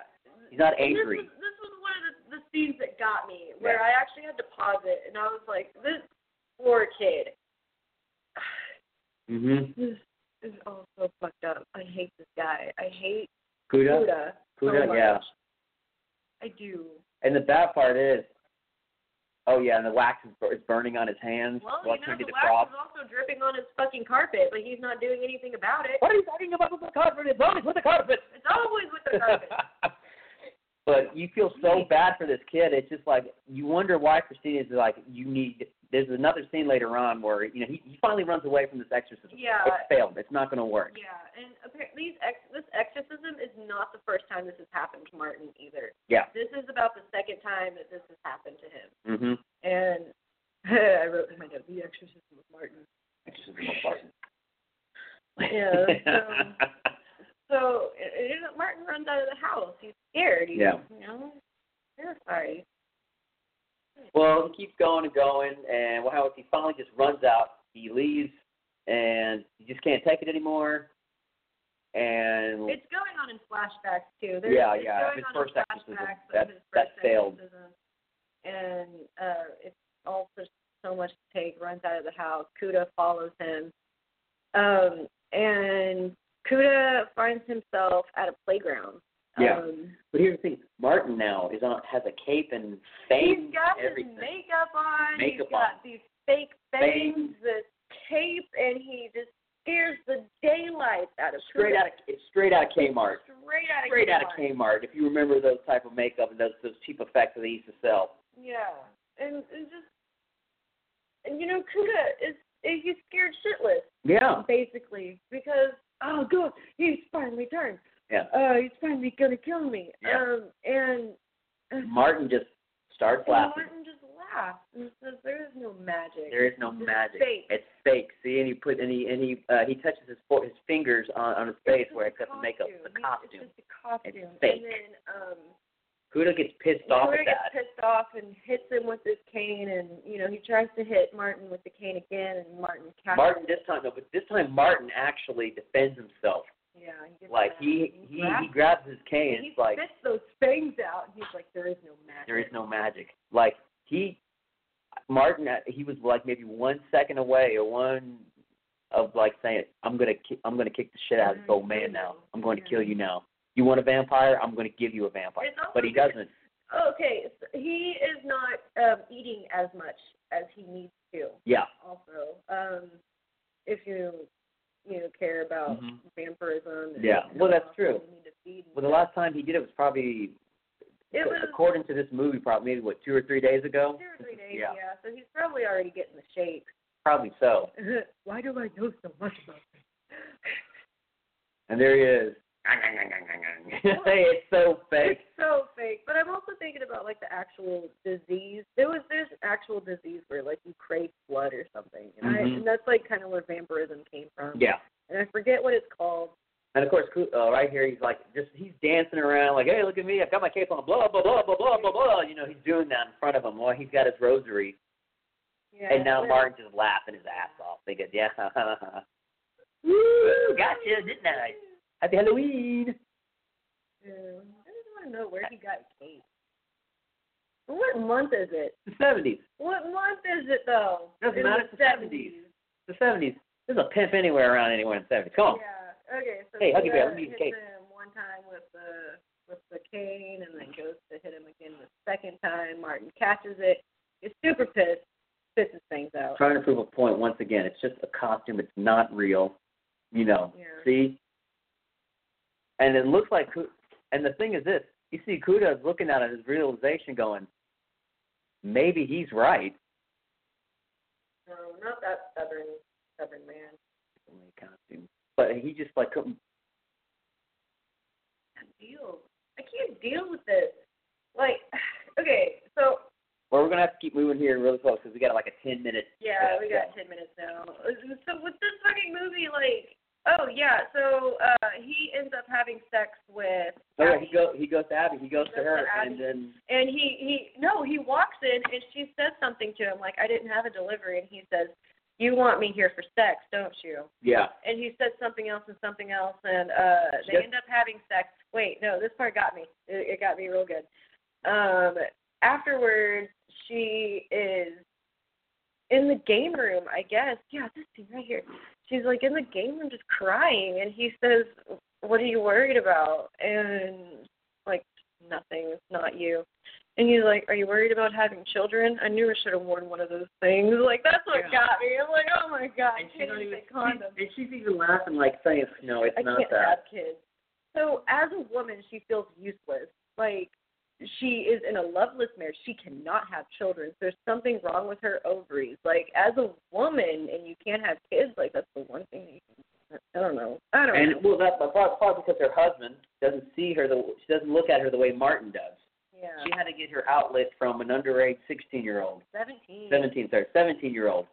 He's not And angry. This was, this was one of the, the scenes that got me, where I actually had to pause it, and I was like, "This poor kid. Mhm. This is all so fucked up. I hate this guy. I hate Kuda. Buddha Kuda, so much. yeah. I do. And the bad part is Oh yeah, and the wax is, bur- is burning on his hands. Well, Watching you know, him get the the wax cross. is also dripping on his fucking carpet, but he's not doing anything about it. What are you talking about with the carpet? It's always with the carpet. It's always with the carpet. but you feel so bad for this kid. It's just like you wonder why Christina's like you need. There's another scene later on where you know he, he finally runs away from this exorcism. Yeah. It's failed. It's not going to work. yeah, and apparently these ex- this exorcism is not the first time this has happened to Martin either. Yeah. This is about the second time that this has happened to him. Mm-hmm. And I wrote in my note, The Exorcism of Martin. Exorcism of Martin. Yeah, So uh, you know, Martin runs out of the house. He's scared. He's, Yeah. You know, terrified. well, he keeps going and going, and what happens? He finally just runs out. He leaves, and he just can't take it anymore. and It's going on in flashbacks too. There's, yeah, it's yeah, going his on first in exorcism flashbacks of that his that first failed. exorcism. And uh, it's all for so much to take. Runs out of the house. Kuda follows him, um, and Kuda finds himself at a playground. Yeah, Um, but here's the thing: Martin now is on has a cape and fangs. He's got everything. his makeup on. Makeup he's got on. these fake Bangs. bangs, the tape, and he just scares the daylights out of straight Kuda. out of it's straight out of Kmart. Straight out of Straight out of Kmart. Kmart. If you remember those type of makeup and those those cheap effects that they used to sell. Yeah, and it's just and you know Kuda is, is he's scared shitless. Yeah. Basically, because oh god, he's finally turned. Yeah. Uh, he's finally gonna kill me. Yeah. Um, and and Martin just starts laughing. Martin just laughs and says, "There is no magic. There is no It's magic. fake. It's fake. See, and he put and he and he uh, he touches his fore- his fingers on on his face where it's got the makeup, the It's costume. just a costume." fake. And then um, Kuda gets pissed off Kuda at gets that. pissed off and hits him with his cane, and you know he tries to hit Martin with the cane again, and Martin catches. Martin this time no, but this time Martin actually defends himself. Yeah, he gets mad. Like he he he grabs grabs his And cane. and he it's like spits those fangs out, and he's like, "There is no magic." there is no magic. Like he, Martin, uh, he was like maybe one second away or one of like saying, "I'm gonna, ki- I'm gonna kick the shit out of this old man now. I'm going to kill you now. You want a vampire? I'm going to give you a vampire." It's also But he doesn't. Okay, so he is not um, eating as much as he needs to. Yeah. Also, um, if you you know care about Mhm. vampirism. And Yeah. Well, that's true. You need to feed. and Well, the stuff. last time he did it was probably, It ac- was- according to this movie, probably maybe what two or three days ago. Two or three days, Yeah. So he's probably already getting the shakes. Probably so. Why do I know so much about this? And there he is. it's so fake. It's so fake. But I'm also thinking about like the actual disease. There was there's an actual disease where like you crave blood or something, and, I, Mhm. and that's like kind of where vampirism came from. Yeah. And I forget what it's called. And of course, Clu- uh, right here, he's like, just he's dancing around, like, hey, look at me, I've got my cape on, blah blah blah blah blah blah blah. You know, he's doing that in front of him while he's got his rosary, Yeah. and uh, now but- Martin's just laughing his ass off, thinking, yeah, ha, ha, ha, ha. woo, gotcha, didn't I? Happy Halloween. Yeah. I just want to know where he got cake. What month is it? The seventies, What month is it though? Doesn't In matter, it's The the 70s. the seventies. There's a pimp anywhere around anywhere in the seventies. Come on, Yeah. Okay. So Oh. Hey, Huggy Bear, let me Kuda use hits cake. him one time with the with the cane, and then goes to hit him again the second time. Martin catches it. Is super pissed. Pisses things out. trying to prove a point once again. It's just a costume. It's not real. You know. Yeah. See. And it looks like, Ku- and the thing is this: you see, Kuda is looking at it, his realization, going, maybe he's right. No, not that stubborn, stubborn man. Only a costume. But he just like couldn't. can't deal. I can't deal with this. Like, okay, so Well, we're gonna have to keep moving here really close because we got like a ten minute. Yeah, uh, we got ten minutes now. So with this fucking movie, like, oh yeah, so uh he ends up having sex with. Oh yeah, Abby. he goes. He goes to Abby. He goes He to goes her, to Abby. and then And he he no, he walks in and she says something to him like, I didn't have a delivery, and he says, You want me here for sex, don't you? yeah, And he says something else and something else, and uh they Yep. end up having sex. Wait, no, this part got me. It, it got me real good. Um, afterwards, she is in the game room, I guess. Yeah, this thing right here. She's like in the game room just crying, and he says, What are you worried about? And like, Nothing, it's not you. And he's like, Are you worried about having children? I knew I should have worn one of those things. Like, that's what Yeah. got me. I'm like, Oh my God, I And she can't don't even even- say condom. and she's even laughing like saying, "No, it's I not can't that." have kids. So as a woman, she feels useless. Like she is in a loveless marriage. She cannot have children. There's something wrong with her ovaries. Like as a woman, and you can't have kids. Like that's the one thing. That you can, I don't know. I don't And know. well, that's probably, probably because her husband doesn't see her. The, she doesn't look at her the way Martin does. Yeah. She had to get her outlet from an underage 16-year-old, Seventeen. 17, sorry, 17-year-old.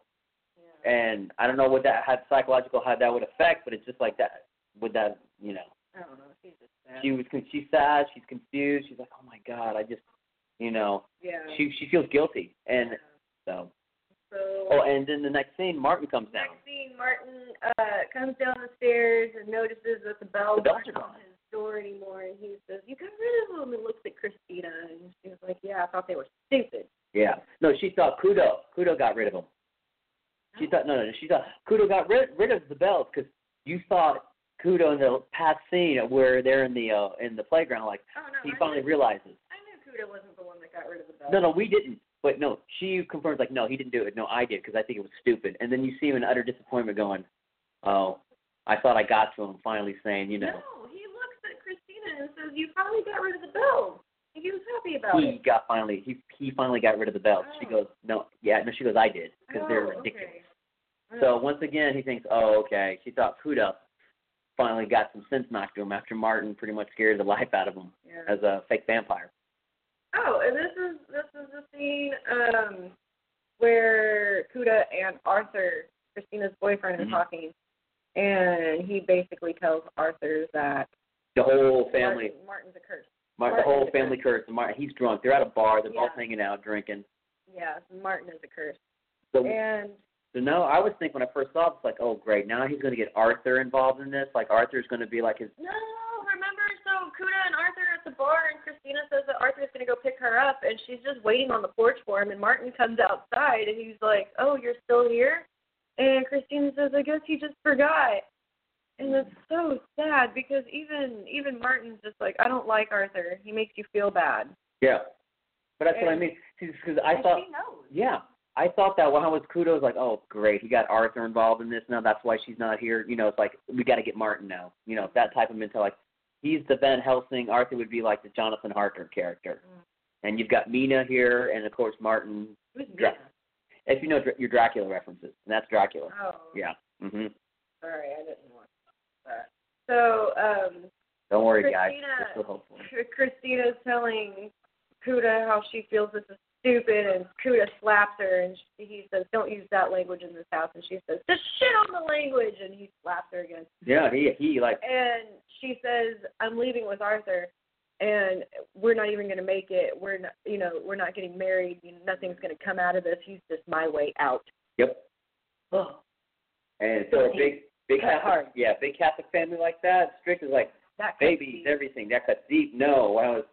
Yeah. And I don't know what that had psychological how that would affect, but it's just like that. Would that you know? I don't know. She's just sad. She was con- she's sad. She's confused. She's like, oh my god, I just you know. yeah. She she feels guilty, and so So Oh, and then the next scene, Martin comes down. Maxine Martin uh, comes down the stairs and notices that the bells The bells aren't are on his door anymore, and he says, "You got rid of them." And looks at Christina, and she was like, "Yeah, I thought they were stupid." Yeah. No, she thought Kudo. Kudo got rid of him. Oh. She thought no, no, no. She thought Kudo got rid rid of the bells because you saw Kudo in the past scene where they're in the uh, in the playground. Like Oh no, he I finally knew, realizes. I knew Kuda wasn't the one that got rid of the bells. No, no, we didn't. But no, she confirms like no, he didn't do it. No, I did because I think it was stupid. And then you see him in utter disappointment, going, "Oh, I thought I got to him." Finally saying, you know, No, he looks at Christina and says, "You finally got rid of the bells." And he was happy about he it. got finally he he finally got rid of the belt. She goes, "No, yeah, no." She goes, "I did because they're Oh, ridiculous." okay. Hmm. So once again, he thinks, oh, okay. He thought Kuda finally got some sense knocked to him after Martin pretty much scared the life out of him Yeah. as a fake vampire. Oh, and this is this is the scene um where Kuda and Arthur, Christina's boyfriend, Mhm. are talking, and he basically tells Arthur that The whole family, Martin, Martin's a curse. Mar- the whole family curse. and Martin, he's drunk. They're at a bar. They're both Yeah. hanging out drinking. Yeah, Martin is a curse. So, And so no, I was thinking when I first saw this, like, oh, great. Now he's going to get Arthur involved in this. Like Arthur's going to be like his. no, remember, so Kuda and Arthur are at the bar, and Christina says that Arthur's gonna go pick her up, and she's just waiting on the porch for him, and Martin comes outside, and he's like, "Oh, you're still here?" And Christina says, "I guess he just forgot." And that's so sad because even even Martin's just like, I don't like Arthur. He makes you feel bad. Yeah. But that's what I And- mean. Because I and thought. she knows. Yeah. I thought that when I was kudos like, oh great, he got Arthur involved in this now, that's why she's not here. You know, it's like we gotta get Martin now. You know, that type of mentality. Like he's the Van Helsing, Arthur would be like the Jonathan Harker character. Mm-hmm. And you've got Mina here and of course Martin Who's Dra- Mina? if you know Dr- your Dracula references, and that's Dracula. Oh, Yeah. Mhm. sorry, I didn't want that. So, um, Don't worry Christina- guys. We're still hopeful. K- Christina's telling Kuda how she feels this is stupid, and Kuda slaps her, and she, he says, "Don't use that language in this house." And she says, "Just shit on the language," and he slaps her again. Yeah, he he like And she says, "I'm leaving with Arthur, and we're not even going to make it. We're not, you know, we're not getting married. You know, nothing's going to come out of this. He's just my way out." Yep. And so a big big Oh. Cut hard. Catholic yeah, big Catholic family like that, strict is like That cuts babies, deep. everything. That cuts deep. No, when I was,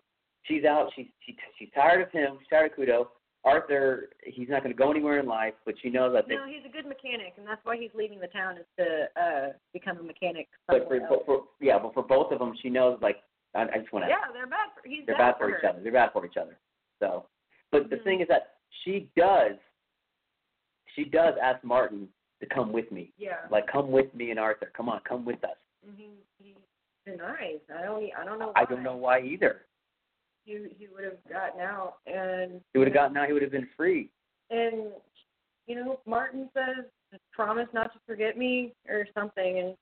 she's out. She's she, she's tired of him. She's tired of Kudo. Arthur, he's not going to go anywhere in life, but she knows I think. No, he's a good mechanic, and that's why he's leaving the town is to uh become a mechanic. but for, somewhere for, else. for yeah, but for both of them, she knows like I, I just want to. yeah, they're bad for he's they're bad bad for each her. other. They're bad for each other. So, but the Mhm. thing is that she does, she does ask Martin to come with me. Yeah. Like, come with me and Arthur. Come on, come with us. And he, he denies. I don't. I don't know. Oh, Why. I don't know why either. He he would have gotten out, and He would have gotten out. He would have been free. And you know, Martin says, "Just "Promise not to forget me" or something. And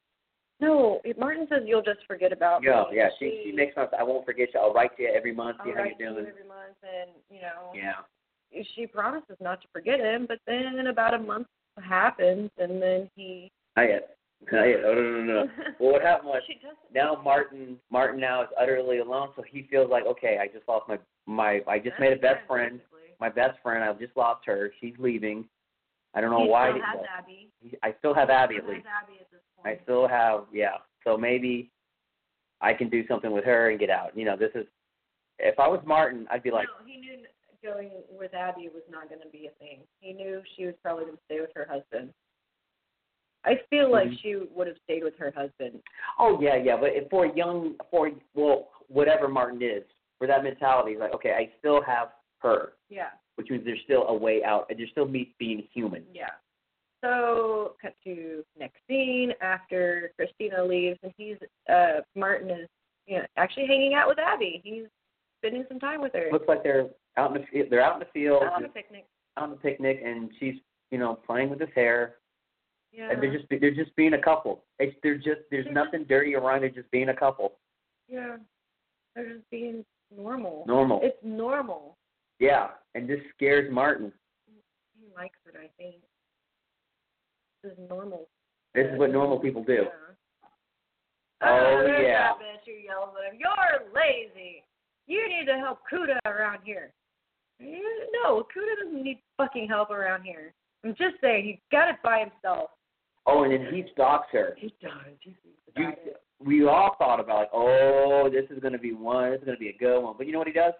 no, Martin says, "You'll just forget about Yeah, me." yeah. She she makes sense. I won't forget you. I'll write to you every month. I'll See how write to you're you doing. every month, and you know, Yeah. she promises not to forget him. But then about a month happens, and then he. Not yet. Not yet. Oh, no, no, no. no. well, what happened was She doesn't. now Martin Martin now is utterly alone, so he feels like okay, I just lost my my I just made a best friend. basically. My best friend. I just lost her. She's leaving. I don't know He why. I still didn't has go. Abby. He- I still have Abby He at still has least. Abby at this point. I still have yeah. So maybe I can do something with her and get out. You know, this is if I was Martin, I'd be like, no, he knew going with Abby was not going to be a thing. He knew she was probably going to stay with her husband. I feel like Mhm. she would have stayed with her husband. Oh yeah, yeah. But if for a young, for well, whatever Martin is, for that mentality, like okay, I still have her, Yeah, which means there's still a way out, and there's still me being human. yeah. So cut to next scene after Christina leaves, and he's uh Martin is you know actually hanging out with Abby. He's spending some time with her Looks like they're out in the fi- they're out in the field, on a just picnic. out on the picnic, and she's you know playing with his hair, Yeah. and they're just they're just being a couple. It's they're just there's They're nothing dirty around. They're just being a couple, yeah. They're just being normal. normal. It's normal. yeah, and this scares Martin. He likes it, I think. This is normal. This is what normal people do. Yeah. Oh, there's yeah. That bitch who yells at him, You're lazy. You need to help Kuda around here. Eh, No, Kuda doesn't need fucking help around here. I'm just saying, he's got it by himself. Oh, and then he stalks her. He does. He thinks You, about it. we all thought about like, oh, this is gonna be one, this is gonna be a good one. But you know what he does?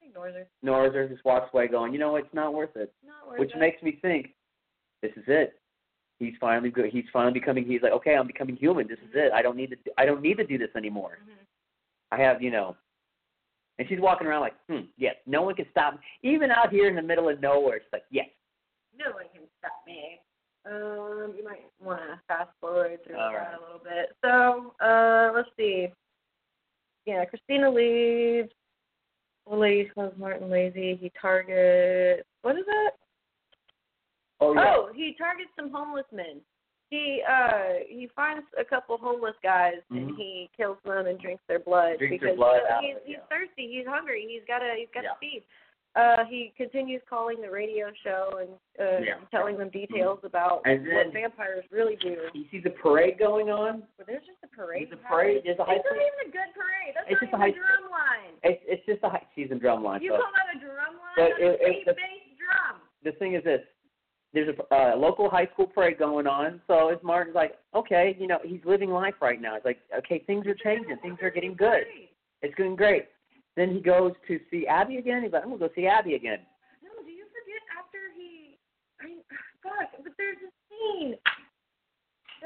He ignores her. Ignores her, just walks away, going, you know, it's not worth it. Not worth Which it. makes me think, this is it. He's finally good. He's finally becoming. He's like, okay, I'm becoming human. This Mm-hmm. is it. I don't need to. I don't need to do this anymore. I have, you know. And she's walking around like, hmm, yes. No one can stop. me. Even out here in the middle of nowhere, she's like, yes. No one can stop me. Um, you might want to fast forward through All that right. a little bit. So, uh, let's see. Yeah, Christina leaves. Willie calls Martin lazy. He targets. What is that? Oh yeah. Oh, he targets some homeless men. He uh he finds a couple homeless guys and Mhm. he kills them and drinks their blood Drinks their because blood out of he's it, he's yeah. thirsty, he's hungry, he's gotta he's gotta Yeah. feed. Uh he continues calling the radio show and uh Yeah. Mm-hmm. telling them details about And then- what vampires really do. You see the parade going on. But there's just a parade. There's a parade, there's a high It's not school- even a good parade. That's not It's just a even high- drum line. It's it's just a high season drum line. You folks. call that a drum line? But That's it- it- a bass drum. the thing is this there's a uh, local high school parade going on so it's martin's like okay you know he's living life right now it's like okay things are changing things are getting good it's going great then he goes to see abby again he's like i'm going to go see abby again No, do you forget after he? I gosh, but there's a scene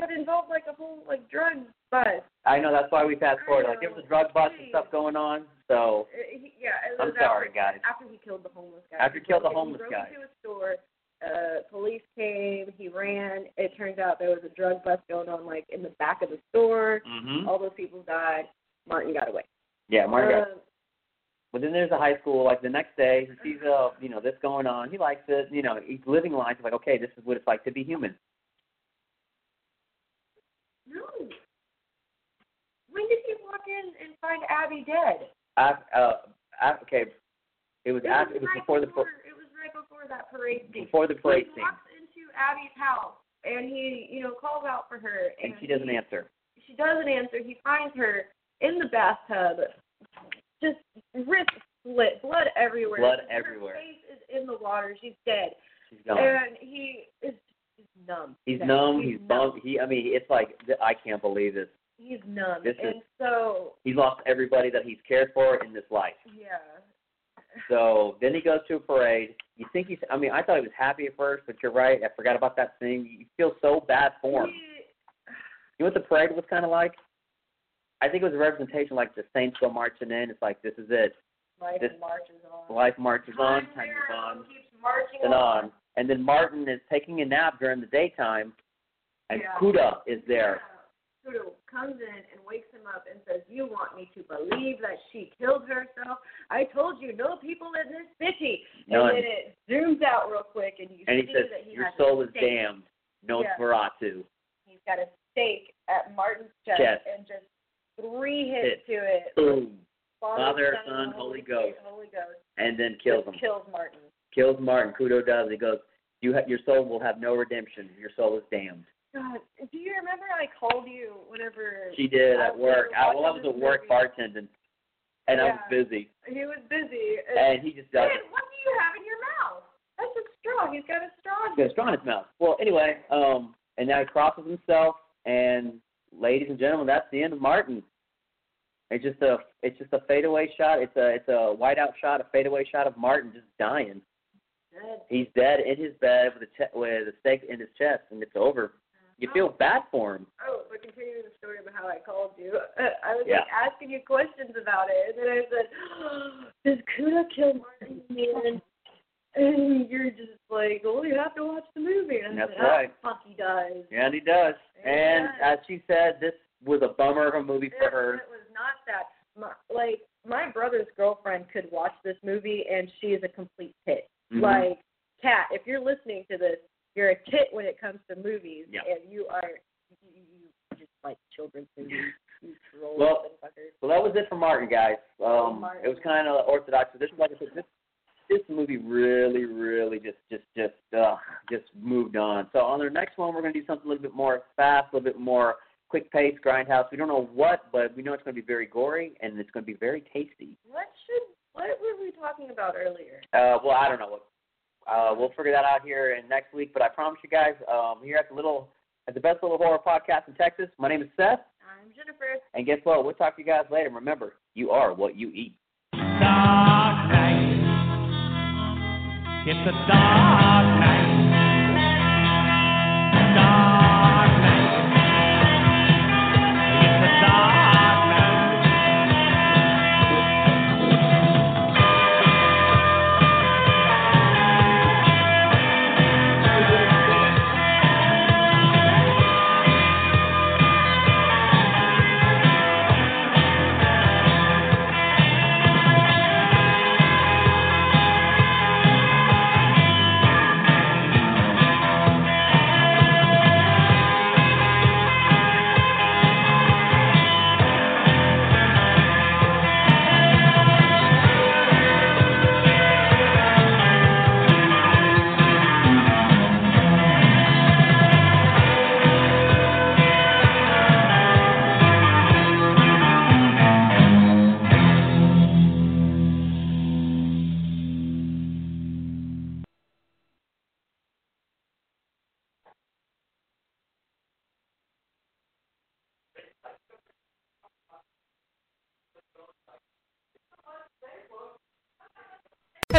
that involved like a whole like drug bust. i know that's why we fast forward like there was a drug bust Jeez. and stuff going on so Uh, he, yeah, it I'm was sorry, after, guys. After he killed the homeless guy. After he killed the broke in- homeless he guy. broke into a store. Uh, police came. He ran. It turns out there was a drug bust going on like in the back of the store. mm-hmm. All those people died. Martin got away. yeah martin got Um, But then there's a high school, like the next day, he sees, uh, you know, this going on. He likes it. You know, he's living life. He's like, okay, this is what it's like to be human. no. When did he walk in and find Abby dead? I, uh, I, okay, it was, after, it was right before the par- It was right before that parade scene. before the parade he scene, walks into Abby's house and he, you know, calls out for her and and, she doesn't he- answer. She doesn't answer. He finds her in the bathtub, just wrist split, blood everywhere. Blood her everywhere. Face is in the water. She's dead, She's gone. and he is just numb. he's Dead. numb. Uh, He's numb. bummed. He, I mean, it's like th- I can't believe this. He's numb. This is- and so, He's lost everybody that he's cared for in this life. yeah. So then he goes to a parade. You think he's? I mean, I thought he was happy at first, but you're right. I forgot about that thing. You feel so bad for him. He- You know what the parade was kind of like? I think it was a representation like the Saints go marching in. It's like this is it. life This- marches on. Life marches on, Time time is miracle on, Keeps marching and on. And then Martin is taking a nap during the daytime, and Yeah. Kuda is there. Kudo comes in and wakes him up and says, You want me to believe that she killed herself? I told you, no people in this city. None. And then it zooms out real quick and you And he see says, that he "Your has soul a is stake. damned, Yeah. Nosferatu." He's got a stake at Martin's chest Chest. and just three hits Hit. to it. Boom, Father, Son, Son, Holy Ghost. Holy Ghost. and then kills him. Just Kills Martin. Kills Martin. Kudo does. He goes, "You ha- your soul will have no redemption. Your soul is damned." God, do you remember I called you whenever She did I at work. I, well, I was watching at this work movie. bartending, and I was Yeah. busy, he was busy? and he just does. Man, what do you have in your mouth? That's a straw. He's got a straw. He's got a straw in his mouth. Well, anyway, um, and now he crosses himself, and ladies and gentlemen, that's the end of Martin. It's just a, it's just a fadeaway shot. It's a, it's a whiteout shot, a fadeaway shot of Martin just dying. Good. He's dead in his bed with a che- with a stake in his chest, and it's over. You feel bad for him. Oh, but continuing the story about how I called you, uh, I was Yeah. like asking you questions about it, and then I said, "Does Kuda kill Martin?" And, and you're just like, "Well, you have to watch the movie." And I That's said, "Oh, right. fuck, he does. And he does. Yeah, he and does. as she said, this was a bummer of a movie for It- her. It was not that. My, like my brother's girlfriend could watch this movie, and she is a complete tit. Mhm. Like, Kat, if you're listening to this, you're a tit when it comes to movies, Yeah. and you are you, you just like children's movies. you troll Well, motherfuckers. So that was it for Martin, guys. Um, Martin. it was kind of orthodox. But this, like I said, this this movie really, really just, just, just, uh, just moved on. So on their next one, we're going to do something a little bit more fast, a little bit more quick paced, grindhouse. We don't know what, but we know it's going to be very gory and it's going to be very tasty. What should what were we talking about earlier? Uh, well, I don't know what. I Uh, we'll figure that out here in next week. But I promise you guys, um, here at the little, at the best little horror podcast in Texas. My name is Seth, I'm Jennifer. and guess what? We'll talk to you guys later. Remember, you are what you eat. Dark night. It's a dark night. Dark night. It's a dark